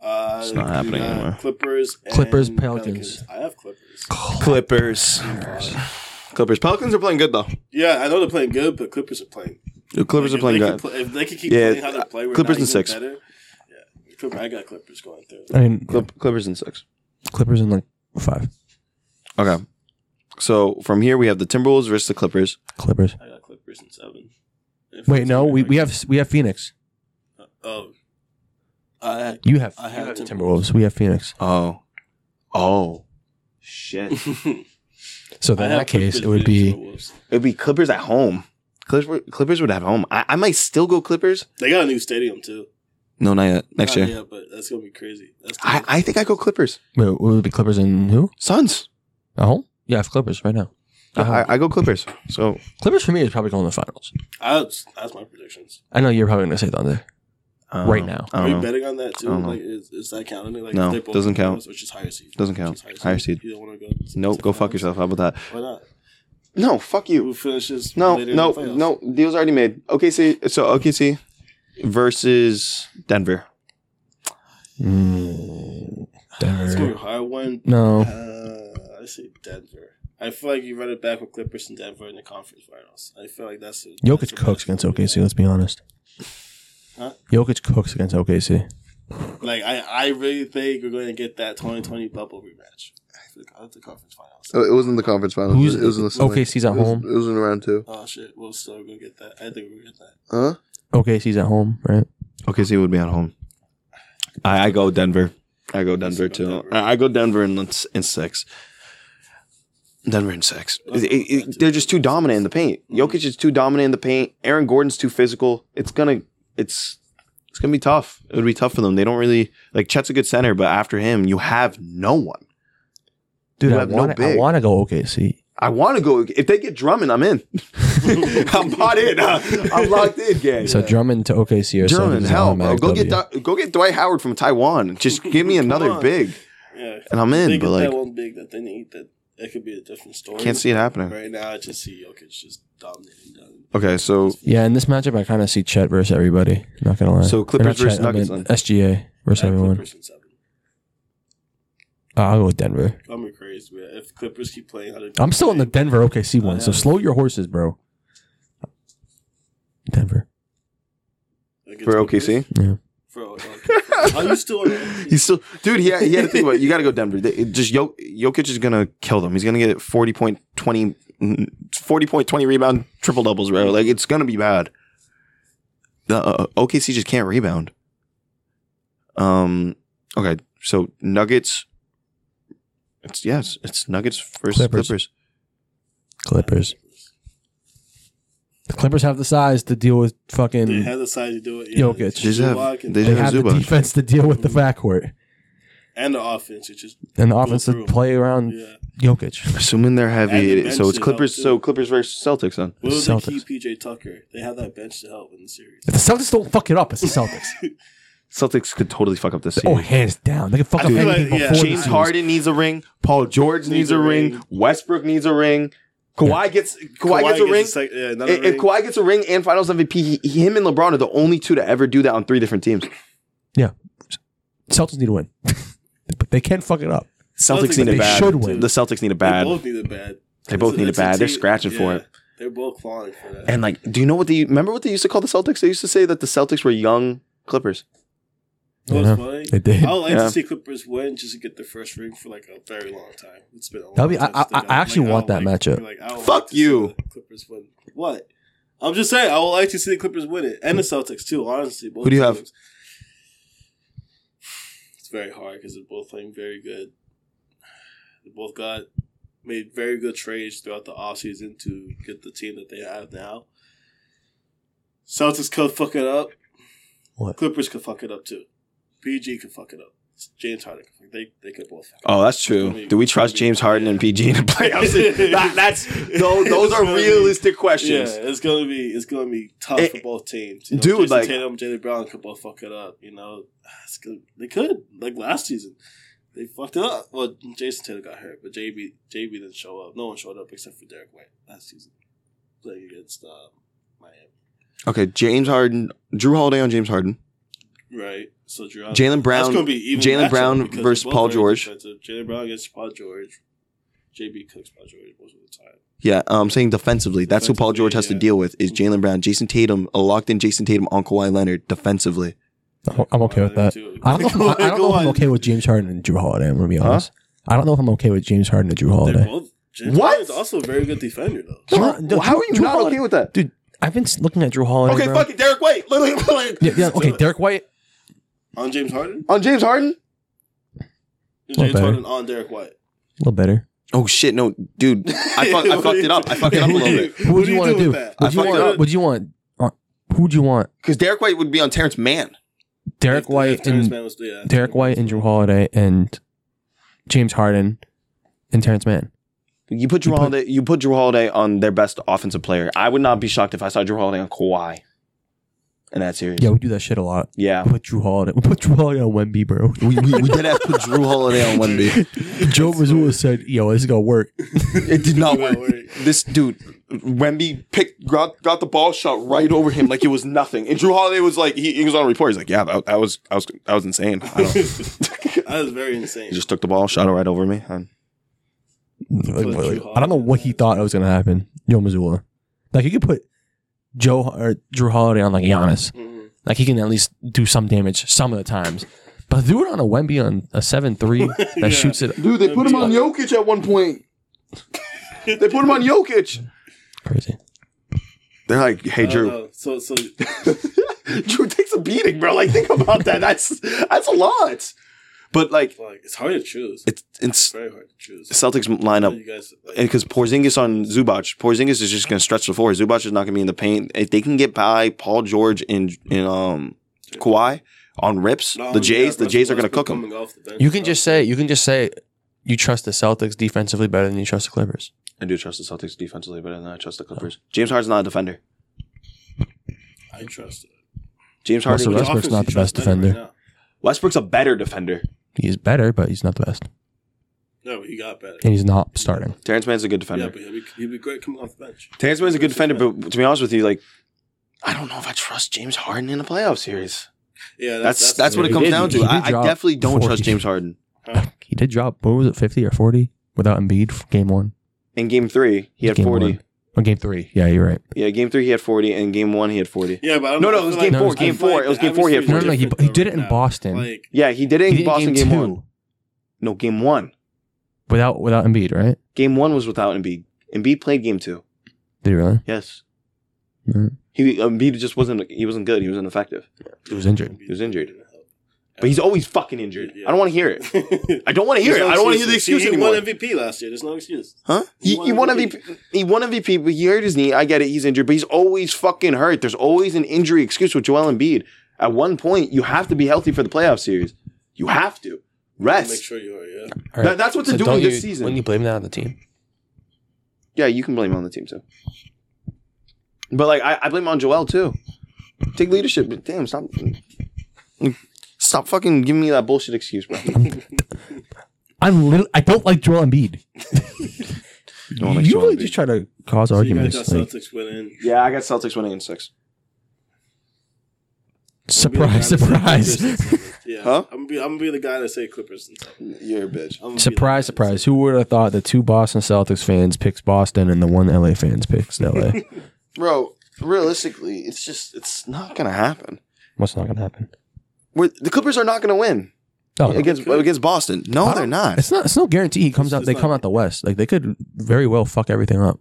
S1: Uh,
S2: It's not
S1: you
S2: happening
S1: got
S2: anymore.
S1: Clippers. and
S3: Clippers, Pelicans.
S1: I have Clippers.
S2: Clippers. Clippers. Pelicans are playing good though.
S1: Yeah, I know they're playing good, but Clippers are playing.
S2: The Clippers
S1: Like,
S2: are
S1: if
S2: playing
S1: they can
S2: good.
S1: play- if they can keep
S2: Yeah,
S1: playing how they play, we're
S2: Clippers
S1: not
S2: in
S1: even
S2: six.
S1: Better. Yeah, Clipper, I got Clippers going through.
S3: I mean,
S2: Clip, Clippers in six.
S3: Clippers in like five.
S2: Okay. So from here we have the Timberwolves versus the Clippers.
S3: Clippers.
S1: I got Clippers in seven. If
S3: Wait,
S1: it's
S3: no,
S1: gonna
S3: we,
S1: work.
S3: we have we have Phoenix.
S1: Oh, I
S3: You have
S1: I have
S3: Timberwolves. We have Phoenix.
S2: Oh. Oh. Shit.
S3: So then
S1: I
S3: in that
S1: have
S3: case,
S1: Clippers
S3: it would
S1: beating
S3: be
S1: Timberwolves.
S2: It'd be Clippers at home. Clippers, Clippers would have home. I, I might still go Clippers.
S1: They got a new stadium too.
S2: No, not yet. Next
S1: Not
S2: year.
S1: yet, but that's gonna be crazy. That's
S2: I, I think I go Clippers.
S3: wait, it would be Clippers and who?
S2: Suns.
S3: At home? Yeah, I have Clippers right now. At home.
S2: I, I go Clippers. So
S3: Clippers for me is probably going to the finals.
S1: I, that's, that's my predictions.
S3: I know you're probably going to say Thunder.
S2: I don't
S3: Right
S2: know.
S3: now.
S2: I
S1: Are
S2: don't
S1: you
S2: know.
S1: betting on that too?
S2: I don't know.
S1: Like, is, is that counting? Like,
S2: No,
S1: if they both
S2: doesn't count.
S1: finals, Which is higher seed.
S2: Doesn't
S1: Which
S2: count.
S1: is
S2: Higher seed.
S1: You don't want to go.
S2: No,
S1: to
S2: go
S1: finals?
S2: fuck yourself. How about that?
S1: Why not?
S2: No, fuck you.
S1: Who finishes?
S2: No,
S1: later in
S2: no,
S1: the playoffs?
S2: no. Deal's already made. OKC. So OKC versus Denver.
S3: Mm,
S1: It's gonna be
S3: Denver.
S1: a hard one.
S3: No.
S1: Uh, I say Denver. I feel like you run it back with Clippers and Denver in the conference finals. I feel like that's
S3: Jokic cooks against OKC. Let's be honest.
S1: Huh?
S3: Jokic cooks against OKC.
S1: Like I, I really think we're going to get that 2020 bubble rematch. The, the conference finals.
S4: Oh, it wasn't the conference finals.
S3: Who's-
S4: it was in the summer.
S3: OKC's at
S4: It was-
S3: home.
S4: It was in round two.
S1: Oh shit, we're still gonna get that. I think we're gonna get that.
S4: Huh?
S3: OKC's at home, right?
S2: OKC would be at home. I, I go Denver. I go
S1: Let's
S2: Denver
S1: go
S2: too.
S1: Denver.
S2: I I go Denver in, in six. Denver in six. It- it- it- they're just too dominant in the paint. Jokic is too dominant in the paint. Aaron Gordon's too physical. It's gonna it's it's gonna be tough. It would be tough for them. They don't really like Chet's a good center, but after him, you have no one.
S3: Dude,
S2: You
S3: I
S2: have no
S3: want I
S2: big.
S3: want to go OKC.
S2: I want to go. If they get Drummond, I'm in. I'm bought in. huh? I'm locked in, gang.
S3: So Drummond to OKC or
S2: Drummond,
S3: something. is
S2: hell, bro.
S3: automatic
S2: Go get
S3: W.
S2: Du- go get Dwight Howard from Taiwan. Just give me
S1: Come
S2: another
S1: on.
S2: big,
S1: Yeah,
S2: and I'm
S1: they
S2: in.
S1: get
S2: But
S1: that
S2: like,
S1: one big that they need. That it could be a different story.
S2: can't see it happening.
S1: right now. I just see Jokic just dominating. dominating.
S2: Okay, so
S3: Yeah, in this matchup, I kind of see Chet versus everybody. Not gonna lie.
S2: So
S3: Or
S2: Clippers
S3: not
S2: versus
S3: I mean
S2: Nuggets then.
S3: SGA versus
S1: I have
S3: everyone.
S1: Clippers in seven.
S3: Uh, I'll go with Denver.
S1: I'm gonna be crazy. Man. If Clippers keep playing, how they
S3: I'm still in the Denver OKC one, so
S1: yeah.
S3: slow your horses, bro. Denver.
S1: Against
S2: for
S1: Clippers?
S2: OKC,
S1: For OKC. Are you still? On
S2: he's still, dude. He had, he had to think about. It. You got to go Denver. They, it just Jok- Jokic is gonna kill them. He's gonna get 40 point 20, 40 point 20 rebound triple doubles, bro. Like it's gonna be bad. The uh, OKC just can't rebound. Um. Okay, so Nuggets. It's yes, it's Nuggets versus
S3: Clippers.
S2: Clippers.
S3: Clippers. The Clippers have the size to deal with fucking.
S1: They
S3: They
S1: had the size to do it.
S3: Jokic.
S1: it's
S2: They just have-
S1: Zubac and-
S2: they just
S3: have
S2: have
S3: the
S2: Zubac.
S3: defense to deal with the backcourt
S1: and the offense. It's just
S3: and the
S1: Go
S3: offense
S1: through
S3: to
S1: 'em.
S3: play around
S1: yeah.
S3: Jokic.
S2: Assuming they're
S1: And the
S2: heavy,
S1: bench
S2: so
S1: is
S2: it's Clippers.
S1: out, too.
S2: So Clippers versus Celtics then.
S1: Will they
S3: Celtics.
S1: keep PJ Tucker? They have that bench to help in the series.
S3: If the Celtics don't fuck it up, it's the Celtics.
S2: Celtics could totally fuck up this
S3: oh,
S2: series.
S3: hands down, they can fuck
S1: I
S3: up
S1: feel
S3: anything
S1: like, yeah.
S3: before the
S2: James
S3: series.
S2: Harden needs a ring. Paul George needs, a ring. Westbrook needs a ring. Kawhi gets Kawhi, gets a ring.
S1: sec- yeah, another
S2: if if
S1: ring.
S2: Kawhi gets a ring and Finals MVP, he, him and LeBron are the only two to ever do that on three different teams.
S3: Celtics need to win, but they can fuck it up.
S2: Celtics,
S1: Celtics
S2: need
S1: they
S2: it bad.
S3: should win.
S2: The Celtics need
S1: they
S2: it bad.
S1: both need it bad.
S2: They both need it
S1: it's a
S2: bad. They're
S1: team-
S2: scratching for it.
S1: They're both clawing for that.
S2: and like, do you know what they remember? What they used to call the Celtics? They used to say that the Celtics were young Clippers.
S1: You know
S3: Yeah.
S1: what's funny?
S3: They did.
S1: I would like
S2: Yeah.
S1: to see Clippers win just to get their first ring for like a very long time. It's been a long
S3: That'd be- I-
S1: time since
S3: I-
S1: they
S3: I
S1: got-
S3: actually
S1: like,
S3: want
S1: would
S3: that
S1: like-
S3: matchup.
S1: like, I would
S2: Fuck
S1: to see
S2: you.
S1: the Clippers win. What? I'm just saying. I would like to see the Clippers win it and the Celtics too. Honestly, both
S2: Who do you have?
S1: teams. It's very hard because they're both playing very good. They both got made very good trades throughout the offseason to get the team that they have now. Celtics could fuck it up.
S3: What?
S1: Clippers could fuck it up too. PG could fuck it up. James Harden, they they could both. Fuck it up.
S2: Oh, that's true. Do we trust James Harden and PG to play? That, that's those, those are realistic
S1: Yeah,
S2: questions.
S1: it's gonna be it's gonna be tough
S2: It-
S1: for both teams. You know,
S2: Dude,
S1: Jason
S2: like-
S1: Tatum, Jalen Brown could both fuck it up. You know, it's good. They could like last season, they fucked it up. Well, Jason Tatum got hurt, but JB JB didn't show up. No one showed up except for Derek White last season playing against um, Miami.
S2: Okay, James Harden, Drew Holiday on James Harden,
S1: Right, So Gerard,
S2: Jalen
S1: that's gonna
S2: Brown.
S1: be even.
S2: Jalen
S1: matchup
S2: Brown
S1: because
S2: versus
S1: they're both
S2: Paul
S1: very
S2: George.
S1: defensive. Jalen Brown against Paul George. JB cooks Paul George most of the time.
S2: Yeah, uh, I'm saying defensively. That's who Paul
S1: Defensively,
S2: George has to
S1: yeah.
S2: deal with is Jalen Brown, Jason Tatum, a locked in Jason Tatum on Kawhi Leonard defensively.
S3: I'm- I'm okay with that. I don't know. If, I don't know if I'm okay with James Harden and Drew Holiday. I'm gonna be honest. I don't know if I'm okay with James Harden and Drew
S1: They're
S3: Holiday.
S1: both.
S2: What?
S1: What? Is also a very good defender though.
S3: Come on, no,
S2: how are you
S3: Drew
S2: not
S3: Holiday-
S2: okay with that?
S3: dude? I've been s- looking at Drew Holiday.
S2: Okay,
S3: bro.
S2: fuck it, Derek White. Literally, like,
S3: Yeah, yeah, okay, Derek White.
S1: On James Harden.
S2: on James Harden.
S1: Is
S3: Well,
S1: James
S3: better.
S1: Harden on Derek White.
S3: A little better.
S2: Oh shit, no, dude, I, fuck, I fucked it up. I fucked it up a little bit
S3: Who would you want to do?
S2: I
S3: Would you
S2: fucked it
S3: want?
S2: up.
S3: Would you want? uh, Who'd you want?
S2: because Derek White would be on Terrence Mann.
S3: Derek White and Derek White and Drew Holiday and James Harden and Terrence Mann.
S2: You put Drew
S3: You put-
S2: Holiday. You put Drew Holiday on their best offensive player. I would not be shocked if I saw Drew Holiday on Kawhi in that series.
S3: Yeah, we do that shit a lot.
S2: Yeah,
S3: We put Drew Holiday. We put Drew Holiday on Wemby, bro.
S2: we, we, we did have to put Drew Holiday on Wemby.
S3: Joe Mazzulla said, "Yo, this is gonna work."
S2: It did not work.
S1: work.
S2: This dude, Wemby picked got, got the ball shot right over him like it was nothing. And Drew Holiday was like, he, he was on a report. He's like, yeah, that, that was that was that was insane. I don't,
S1: That was very
S2: he
S1: insane.
S2: just took the ball, shot it right over me. And
S3: Like,
S1: Put
S3: like,
S1: Drew
S3: I don't know what he thought was gonna happen. Yo, Mazzulla. Like you could put Joe or Drew Holiday on like Giannis.
S1: Mhm.
S3: Like he can at least do some damage some of the times. But do it on a Wemby on a seven three that
S1: Yeah.
S3: shoots it
S2: dude, they
S1: put him on
S2: Jokic at one point. they put him on Jokic.
S3: crazy.
S2: They're like, hey,
S1: I don't
S2: Drew.
S1: know. So so
S2: Drew takes a beating, bro. Like, think about that. That's that's a lot. But like,
S1: like it's hard to choose.
S2: it's
S1: It's
S2: it's
S1: very hard to choose.
S2: Celtics
S1: So
S2: lineup
S1: you guys like,
S2: because Porzingis on Zubac, Porzingis is just going to stretch the floor. Zubac is not going to be in the paint. If they can get by Paul George and, and um Kawhi on rips,
S1: No,
S2: the
S1: you
S2: Jays,
S1: got
S2: the
S1: Russell
S2: Jays are going to
S1: Westbrook
S2: cook them.
S1: coming off the bench
S3: You can
S1: now.
S3: just say you can just say you trust the Celtics defensively better than you trust the Clippers.
S2: I do trust the Celtics defensively, but I trust the Clippers. James Harden's not a defender.
S1: I trust it.
S2: James
S3: Harden-
S2: Harden.
S3: Russell Westbrook's
S1: Offense,
S3: not
S1: you
S3: the
S1: trust
S3: best
S1: better right
S3: defender.
S2: Westbrook's a better defender.
S3: He's better, but he's not the best,
S1: now. no, he got better.
S3: and he's not starting.
S2: Terrence Mann's a good defender.
S1: Yeah, but he'll be, he'll be great coming off the bench.
S2: Terrence Mann's a good defender, but to be honest with you, like I don't know if I trust James Harden in a playoff series.
S1: Yeah,
S2: That's that's, what it
S3: He
S2: comes
S3: did-
S2: down
S3: he
S2: to.
S3: did
S2: I, I
S3: drop
S2: definitely don't
S3: 40.
S2: trust James Harden.
S3: He did drop what was it, fifty or forty without Embiid for game one.
S2: In game three, he had
S3: Game
S2: forty.
S3: one. Oh, game three. Yeah, you're right.
S2: Yeah, game three he had forty, and game one he had forty.
S1: Yeah, but I don't
S2: No,
S1: know,
S2: no,
S1: I
S2: it was
S1: feel
S2: game
S3: four,
S1: I feel
S2: game four. It was
S1: the
S2: game four he had
S1: averages
S2: Pretty
S3: No, no, no.
S1: are
S3: He,
S1: different
S3: he
S1: though
S3: did it
S1: right
S3: in
S1: now.
S3: Boston
S1: Like,
S2: Yeah, he did it in
S3: He did it in
S2: Boston
S3: game
S2: game,
S3: two.
S2: one. No, game one.
S3: without without Embiid, right?
S2: Game one was without Embiid. Embiid played game two.
S3: Did he really?
S2: Yes.
S3: Mhm.
S2: He Embiid just wasn't he wasn't good. He was ineffective.
S3: He was injured.
S2: He was injured. But he's always fucking injured.
S1: Yeah.
S2: I don't want to hear it. I don't want to hear
S1: There's
S2: it.
S1: no
S2: I don't want to
S1: excuses.
S2: hear the excuse
S1: he,
S2: anymore.
S1: He won MVP last year. There's no excuse.
S2: Huh? He, he won MVP. He won MVP, but he hurt his knee. I get it. He's injured, but he's always fucking hurt. There's always an injury excuse with Joel Embiid. At one point, you have to be healthy for the playoff series. You have to
S1: Make
S2: rest.
S1: sure you are. Yeah.
S3: All
S2: That- that's what they're doing
S3: don't
S2: this
S3: you-
S2: season.
S3: Wouldn't you blame that on the team?
S2: Yeah, you can blame it on the team too. But like, I, I blame it on Joel too. Take leadership. But damn, stop. Stop fucking giving me that bullshit excuse, bro.
S3: I'm literally, I don't like Joel Embiid.
S2: don't like
S3: you
S2: Joel
S3: really
S2: Embiid.
S3: just try to cause
S1: So you guys
S3: arguments.
S1: got
S3: like,
S1: Celtics winning.
S2: yeah, I got Celtics winning in six.
S3: surprise, surprise,
S1: Yeah.
S2: Huh?
S1: I'm gonna be I'm gonna be the guy that say Clippers. And Celtics.
S2: You're a bitch. Um,
S1: I'm gonna be
S3: surprise,
S1: the guy that
S3: surprise. Who would have thought the two Boston Celtics fans picks Boston and the one LA fans picks LA?
S2: bro. Realistically, it's just it's not gonna happen.
S3: What's not gonna happen?
S2: We're, the Clippers are not gonna win.
S3: Oh,
S2: against
S1: could.
S2: against Boston. No,
S3: I
S2: they're
S3: don't-
S2: not.
S3: It's not. It's no guarantee he comes
S1: It's
S3: out.
S1: just
S3: They
S1: not-
S3: come out the West. Like they could very well fuck everything up.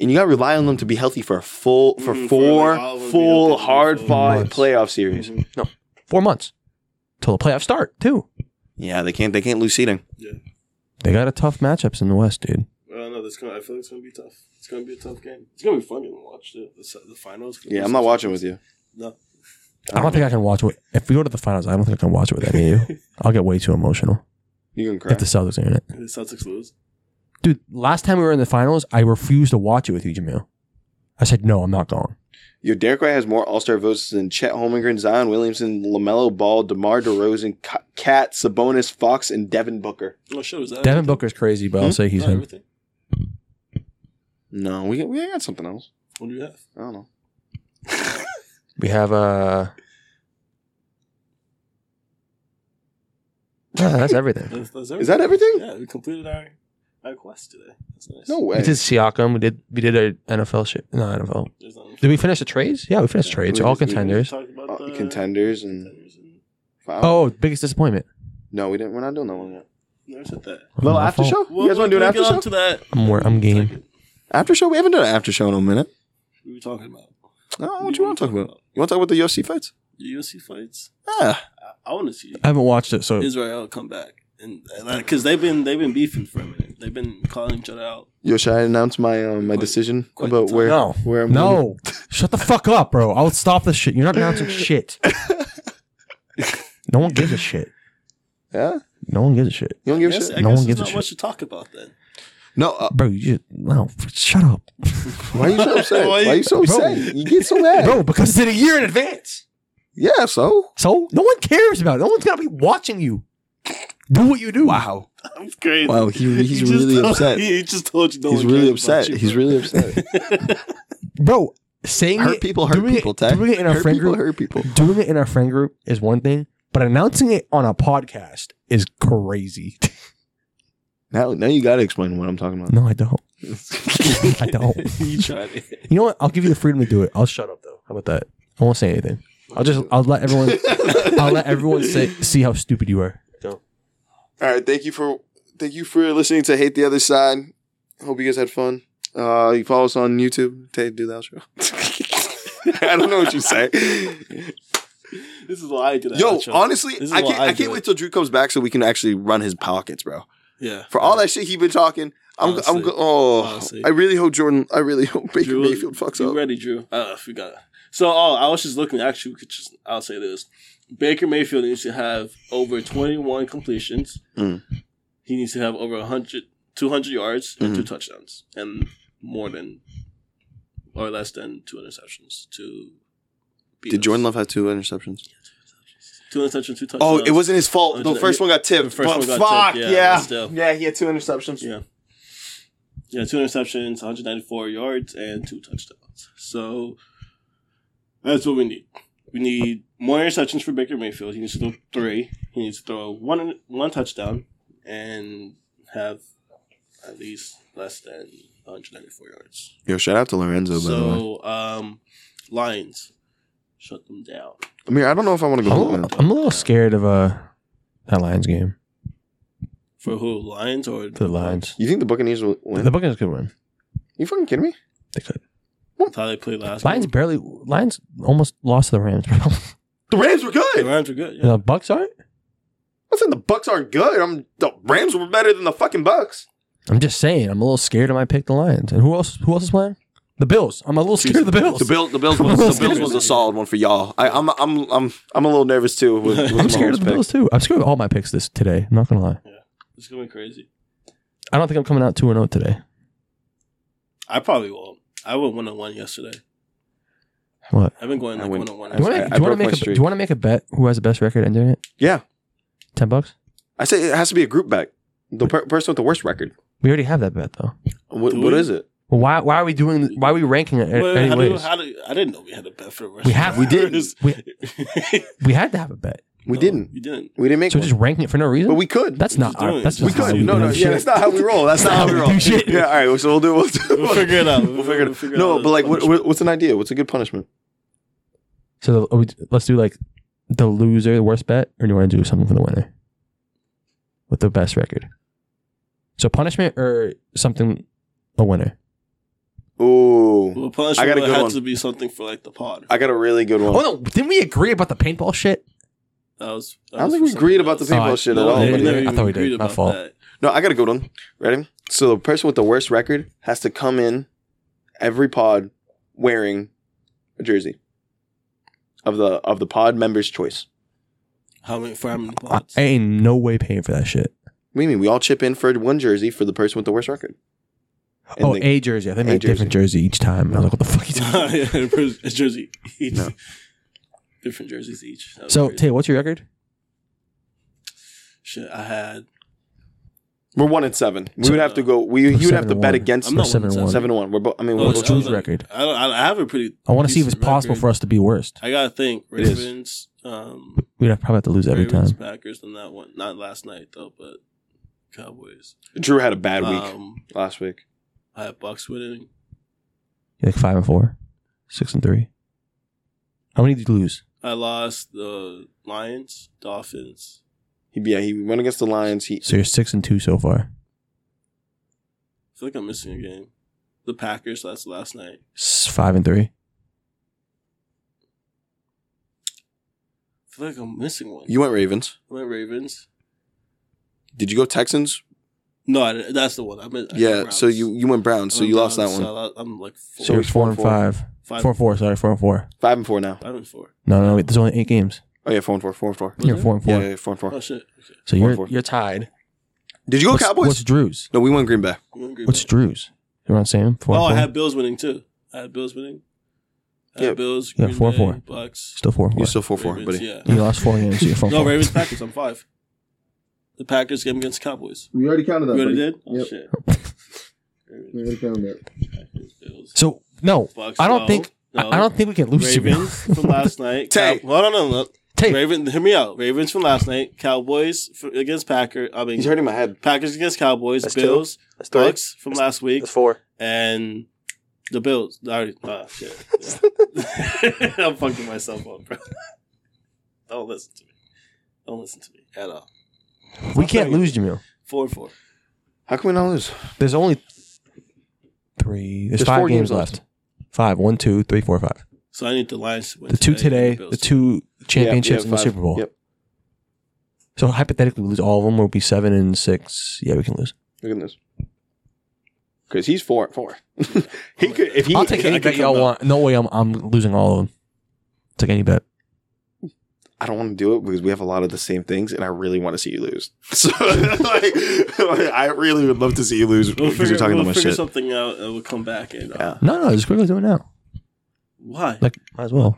S2: And you got to rely on them to be healthy for a full Mm-hmm, for
S1: Mhm, for
S2: four
S1: like all of them to be
S2: full
S1: healthy for
S2: hard
S1: four
S2: fought
S3: months.
S2: playoff series.
S1: Mhm.
S3: Four months till the playoffs start too.
S2: Yeah, they can't they can't lose seeding.
S3: They got a tough matchups in the West, dude.
S1: I don't know. This gonna. I feel like it's gonna be tough. It's gonna be a tough game. It's gonna be fun to watch the the, se- the finals.
S2: Yeah, I'm not watching with you.
S1: No.
S3: I don't think I can watch it. If we go to the finals, I don't think I can watch it with any of you. I'll get way too emotional
S2: You can
S3: if the Celtics are in it.
S1: The Celtics lose.
S3: Dude, last time we were in the finals, I refused to watch it with you, Jamil. I said, no, I'm not going.
S2: Your Derek White has more All Star votes than Chet Holmgren, Zion Williamson, Lamelo Ball, DeMar DeRozan, Ka- Kat, Sabonis, Fox, and Devin Booker.
S1: Oh shit, was that
S3: Devin Booker's crazy, but
S2: Hmm?
S3: I'll say he's
S1: Not
S3: him.
S1: everything.
S2: No, we we got something else.
S1: What do you have?
S2: I don't know.
S3: We have uh Yeah, that's everything.
S1: That's, that's
S2: Is that everything?
S1: Yeah, we completed our our quest today. That's nice.
S2: No way.
S3: We did Siakam. We did we did our NFL shit. No NFL.
S1: There's nothing-
S3: Did we finish the trades? Yeah, we finished
S1: Yeah,
S3: trades.
S2: we
S3: All
S2: just- we
S3: contenders.
S1: Talk about
S2: Uh,
S1: the-
S2: contenders and
S1: contenders and-
S2: wow.
S3: Oh, biggest disappointment.
S2: no, we didn't. We're not doing that one yet.
S1: Never said that.
S2: Little
S3: My
S2: after
S3: fault.
S2: show.
S1: Well,
S2: you guys want to do
S1: we'll
S2: an
S1: get
S2: after show?
S1: on to that?
S3: I'm, wor- I'm game.
S1: Second.
S2: after show. We haven't done an after show in a minute.
S1: We were talking about
S2: Oh,
S1: We
S2: what you
S1: were
S2: want to talk
S1: talking
S2: about? You want to talk about the UFC fights?
S1: the UFC fights.
S2: Ah,
S1: I, I want to see
S3: I haven't watched it, so
S1: Israel come back and because they've been they've been beefing for a minute. They've been calling each other out.
S2: yo, should I announce my um, my decision
S1: Quite
S2: about
S1: the
S2: where
S3: no,
S2: where I'm going?
S3: no. Shut the fuck up, bro. I'll stop this shit. You're not announcing shit. No one gives a shit.
S2: Yeah,
S3: No one gives a shit,
S2: you don't give a
S1: Yes,
S2: shit.
S1: I
S3: No
S1: guess there's
S3: one gives a
S1: not
S3: shit.
S1: much to talk about then.
S2: No, uh,
S3: bro. You just, no. f- Shut up,
S2: why are you so upset?
S1: Why
S2: why
S1: you-
S2: are you so upset? You get so mad.
S3: bro. Because it's in a year in advance,
S2: Yeah, so
S3: so no one cares about it. No one's gonna be watching you. Do what you do. Wow.
S1: That's crazy.
S2: wow, he, he's
S1: He just
S2: really
S1: told-
S2: upset.
S1: He, he just told you. No
S2: he's
S1: one
S2: really
S1: cares about
S2: upset.
S1: you,
S2: he's
S1: bro.
S2: really upset.
S3: bro. Saying
S2: hurt
S3: it-
S2: people, hurt
S3: doing it-
S2: people. Tag
S3: doing it in our
S2: hurt
S3: friend
S2: people,
S3: group.
S2: hurt people.
S3: doing it in our friend group is one thing, but announcing it on a podcast is crazy.
S2: Now, now you got to explain what I'm talking about.
S3: no, I don't. I don't.
S1: you tried it.
S3: You know what? I'll give you the freedom to do it. I'll shut up though. How about that? I won't say anything. I'll just I'll let everyone I'll let everyone say, see how stupid you are.
S2: All right, thank you for thank you for listening to Hate the Other Side. Hope you guys had fun. Uh, you follow us on YouTube. Tay, do the outro. I don't know what you say.
S1: This is why I do that.
S2: Yo,
S1: outro.
S2: honestly,
S1: This is
S2: I
S1: why
S2: can't.
S1: I
S2: I,
S1: do
S2: can't
S1: it.
S2: wait till Drew comes back so we can actually run his pockets, bro.
S1: yeah.
S2: For all that shit he been talking, I'm. I'm.
S1: Honestly.
S2: go- Oh,
S1: Honestly.
S2: I really hope Jordan. I really hope Baker
S1: Drew,
S2: Mayfield fucks
S1: you
S2: up.
S1: ready, Drew? Uh, I forgot. So, oh, I was just looking. Actually, we could just. I'll say this: Baker Mayfield needs to have over 21 completions.
S2: Mm.
S1: He needs to have over 100, 200 yards and
S2: Mhm.
S1: two touchdowns, and more than or less than two interceptions. To beat
S2: Did
S1: us.
S2: Jordan Love have two interceptions?
S1: two interceptions, two touchdowns?
S2: Oh, it wasn't his fault. The
S1: Yeah.
S2: first one got tipped.
S1: The first
S2: But
S1: one got
S2: fuck,
S1: tipped, yeah, but
S2: Yeah, yeah.
S1: still.
S2: he had two interceptions.
S1: Yeah. Yeah, two interceptions, 194 yards, and two touchdowns. So that's what we need. We need more interceptions for Baker Mayfield. He needs to throw three. He needs to throw one one touchdown and have at least less than 194 yards.
S2: Yo, shout out to Lorenzo. By the way,
S1: So, um, Lions, shut them down.
S2: I mean, I don't know if I want to
S3: I'm,
S2: go.
S3: a
S2: Blue, man.
S3: little- I'm a little scared of uh that Lions game.
S1: For who? Lions or
S3: The Lions.
S2: You think the Buccaneers will win?
S3: The Buccaneers could win.
S2: you fucking kidding me?
S3: They could.
S1: That's how they played last.
S3: Lions
S1: week.
S3: barely. Lions almost lost to the Rams, bro.
S2: The Rams were
S1: The
S2: good. I'm
S1: Lions were good. Yeah.
S3: the Bucks aren't.
S2: saying the Bucks aren't good. I'm the Rams were better than the fucking Bucks.
S3: I'm just saying. I'm a little scared. of my pick the Lions. And who else? Who else is playing? The Bills. I'm a little scared of the Bills.
S2: The Bills, the Bills was the Bills was a solid one for y'all. I, I'm I'm I'm I'm a little nervous too. With, with
S3: I'm
S2: Mahomes'
S3: scared of the
S2: pick.
S3: Bills too. I'm scared of all my picks this today. I'm not gonna lie.
S1: It's gonna be crazy.
S3: I don't think I'm coming out two and zero today.
S1: I probably won't. I went one on one yesterday.
S3: What?
S1: I've been going
S2: I
S1: like
S2: went-
S1: one on one.
S2: I
S3: Do you want
S2: I- I
S3: to make? Do you
S2: broke
S3: want to
S2: my
S3: make? A, do
S2: streak.
S3: you want to make a bet? Who has the best record at doing it?
S2: Yeah,
S3: Ten bucks.
S2: I say it has to be a group back. The per- person with the worst record.
S3: We already have that bet though.
S2: What,
S1: Do
S2: what
S1: we?
S2: is it?
S3: Well, why? Why are we doing? Why are we ranking it?
S1: Well, how do, you-
S3: anyways,
S1: how do, I didn't know we had a bet for the rest
S3: We
S1: of
S3: have-
S1: the
S3: we
S2: didn't.
S1: years.
S3: We- we had to have a bet.
S2: We
S1: No,
S2: didn't.
S1: You didn't.
S2: We didn't make.
S3: So
S2: one.
S3: just ranking it for no reason.
S2: but we could.
S3: that's
S1: we're
S3: not.
S1: just
S3: Our,
S1: doing
S3: that's
S1: it.
S2: we
S3: just how
S2: could.
S3: we
S2: No,
S3: do
S2: no,
S3: shit.
S2: yeah, that's not how we roll. That's not how we roll.
S3: do shit.
S2: Yeah, all right. So we'll do. We'll, do,
S1: We'll figure it out.
S2: We'll figure it.
S1: We'll figure it
S2: no,
S1: out.
S2: but like, what, what- what's an idea? What's a good punishment?
S3: So the, are we, let's do like the loser, the worst bet, or do you want to do something for the winner with the best record? So punishment or something, a winner.
S2: Ooh,
S1: Well, punishment
S2: I got a
S1: would
S2: good
S1: have
S2: one.
S1: to be something for like the pod.
S2: I got a really good one.
S3: Oh no! Didn't we agree about the paintball shit?
S1: That was, that
S2: I don't
S1: was
S2: think
S1: for
S2: we
S1: something
S2: agreed about the
S1: else.
S2: paintball
S3: Oh, I-
S2: shit
S3: no,
S2: at all.
S1: we
S3: we
S2: but-
S3: didn't.
S1: never
S3: I
S1: even
S3: thought we
S1: agreed
S3: did. My
S1: about
S3: fault.
S1: that.
S2: No, I got a good one. Ready? So the person with the worst record has to come in every pod wearing a jersey of the of the pod member's choice.
S1: How many for how many
S3: I
S1: pods?
S3: I ain't no way paying for that shit.
S2: We mean we all chip in for one jersey for the person with the worst record. And
S3: oh,
S2: the-
S3: a jersey. I think
S2: a
S3: a different jersey each time. And I was like, what the fuck? You talking?
S1: Yeah, it's jersey each.
S2: No.
S1: Different jerseys each. That was
S3: So,
S1: crazy.
S3: Tay, what's your record?
S1: shit, I had.
S2: we're one and seven. We would have to go. We
S3: We're
S2: you would have
S3: seven
S2: to
S3: and
S2: bet
S3: one.
S2: against
S1: I'm not
S2: seven
S3: seven
S1: one.
S3: and one.
S2: and one. We're both. I mean,
S1: Oh,
S2: we're
S3: What's
S1: I was
S3: Drew's
S1: like-
S3: record?
S1: I don't. I have a pretty.
S3: I want to see if it's
S1: decent
S3: possible
S1: record.
S3: for us to be worst.
S1: I gotta think.
S2: It is.
S1: Ravens. um,
S3: We'd have probably have to lose every
S1: Ravens,
S3: time.
S1: Packers than that one. Not last night though, but Cowboys.
S2: Drew had a bad week
S1: Um,
S2: last week.
S1: I had Bucks winning.
S3: Like five and four, six and three. How many did you lose?
S1: I lost the Lions, Dolphins.
S2: He yeah, he went against the Lions. He
S3: So you're six and two so far.
S1: I feel like I'm missing a game. The Packers. That's last night.
S3: S- five and three.
S1: I feel like I'm missing one.
S2: you went Ravens.
S1: I went Ravens.
S2: Did you go Texans?
S1: No, I, didn't- that's the one. I meant. I
S2: yeah.
S1: meant
S2: So
S1: Browns.
S2: you you went Browns.
S1: I
S2: So
S1: went
S2: you lost that
S1: Browns,
S2: one.
S1: so I lo- I'm like four,
S3: So you're four, and five.
S1: five,
S3: Four and four. Sorry, four and four.
S2: Five and four now.
S1: five and four.
S3: No, no, wait, there's only eight games.
S2: Oh yeah, four and four, four and four.
S1: Was
S3: you're
S1: it?
S3: four and four.
S2: Yeah, yeah, yeah, four and four.
S1: Oh shit. Okay.
S3: So
S2: Four
S3: you're
S2: and four.
S3: you're tied.
S2: Did you go
S3: what's,
S2: Cowboys?
S3: What's Drew's?
S2: no, we went Green Bay.
S1: I'm gonna agree
S3: What's
S1: with that.
S3: Drew's? You know what I'm saying? Four
S1: Oh,
S3: and
S1: I
S3: four?
S1: had Bills winning too. I had Bills winning. I had
S2: Yeah.
S1: Bills.
S3: Yeah,
S1: Green
S3: four and
S1: Bay,
S3: four.
S1: Bucks.
S3: still four and four.
S2: You're still four four,
S1: Ravens,
S2: buddy.
S1: Yeah.
S3: You lost four games. So you're four. and
S1: No,
S3: four.
S1: Ravens Packers. I'm five. The Packers game against Cowboys.
S4: We already counted
S1: You
S4: that.
S1: already
S4: buddy.
S1: did? Oh,
S4: Yep.
S1: shit.
S4: We
S1: Ravens,
S4: already counted that.
S1: Packers, Bills,
S3: So no,
S1: Bucks,
S3: I don't
S1: no,
S3: think I-
S1: no.
S3: I don't think we can lose to Ravens.
S1: Ravens from last night.
S2: Tay.
S1: Cow- Hold on, hold on.
S3: Tay.
S1: Raven, hear me out. Ravens from last night. Cowboys f- against Packers. I mean,
S2: He's hurting my head.
S1: Packers against Cowboys.
S2: That's two.
S1: Bills,
S2: That's
S1: Bucks from last week,
S2: four.
S1: and the Bills. Alright, ah, shit. Yeah. I'm fucking myself up, bro. Don't listen to me. Don't listen to me at all.
S3: We can't lose, Jamil.
S1: Four and four.
S2: How can we not lose?
S3: There's only three. There's,
S2: There's
S3: five
S2: four
S3: games,
S2: games
S3: left. Five. One, two, three, four, five.
S1: So I need the Lions to win.
S3: The two today,
S1: and Bills
S3: the
S1: to
S3: two championships,
S2: Yeah,
S3: and the
S2: five.
S3: Super Bowl.
S2: Yep.
S3: So hypothetically, we lose all of them. We'll be seven and six. Yeah, we can lose.
S2: Look at this. Because he's four and four. he could if he.
S3: I'll take
S2: if
S3: any
S2: I could
S3: bet
S2: come
S3: y'all
S2: up-
S3: want. No way, I'm I'm losing all of them. Take any bet.
S2: I don't want to do it because we have a lot of the same things, and I really want to see you lose. So like, I really would love to see you lose
S1: We'll
S2: because
S1: figure,
S2: you're talking
S1: we'll
S2: about
S1: figure
S2: shit.
S1: something out and we'll come back and uh,
S2: Yeah.
S3: No, no, just quickly do it now.
S1: why?
S3: Like, might as well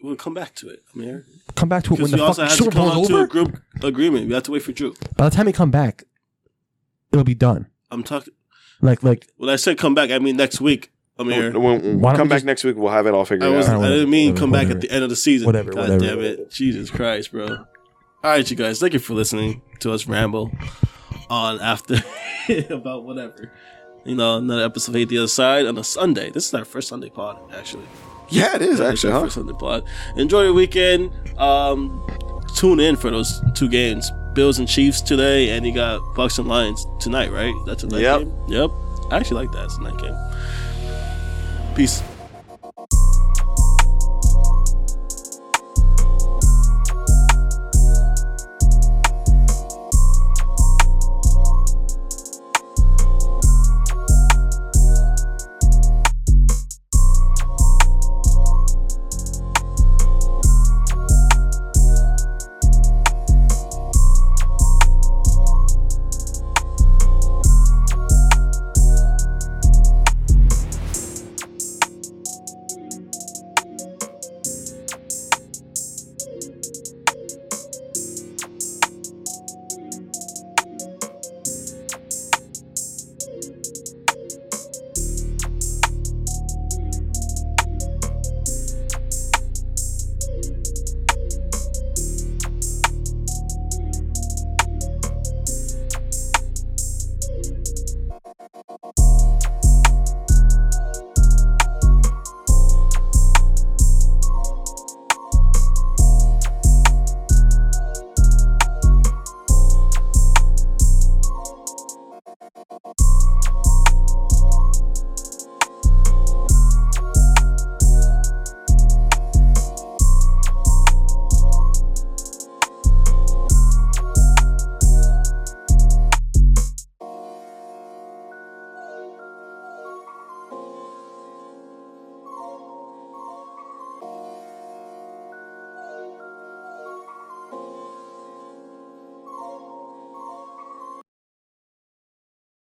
S1: We'll come back to it, Amir.
S3: come back to it when
S1: Because
S3: the
S1: we also
S3: fucking
S1: have to
S3: Super
S1: come up
S3: Bowl's
S1: to a
S3: over.
S1: group agreement. We have to wait for Drew.
S3: By the time we come back, it'll be done.
S1: I'm talking.
S3: Like, like
S1: When I said come back, I mean next week, Amir.
S2: When, when-
S3: Why don't
S2: come
S3: we
S2: back
S3: just-
S2: next week. We'll have it all
S1: I
S2: figured
S1: was.
S2: out.
S1: I didn't mean
S3: Whatever,
S1: come back
S3: whatever.
S1: at the end of the season.
S3: Whatever,
S1: God
S3: whatever.
S1: damn it, Jesus Christ, bro! All right, you guys. Thank you for listening to us ramble on after about whatever. You know, another episode of Hate the Other Side on a Sunday. This is our first Sunday pod, actually.
S2: Yeah, it is actually.
S1: Thank you
S2: Huh?
S1: for Sunday pod. Enjoy your weekend. Um, tune in for those two games: Bills and Chiefs today, and you got Bucks and Lions tonight. Right? That's a night
S2: Yep.
S1: game. Yep. I actually like that. It's a night game. Peace.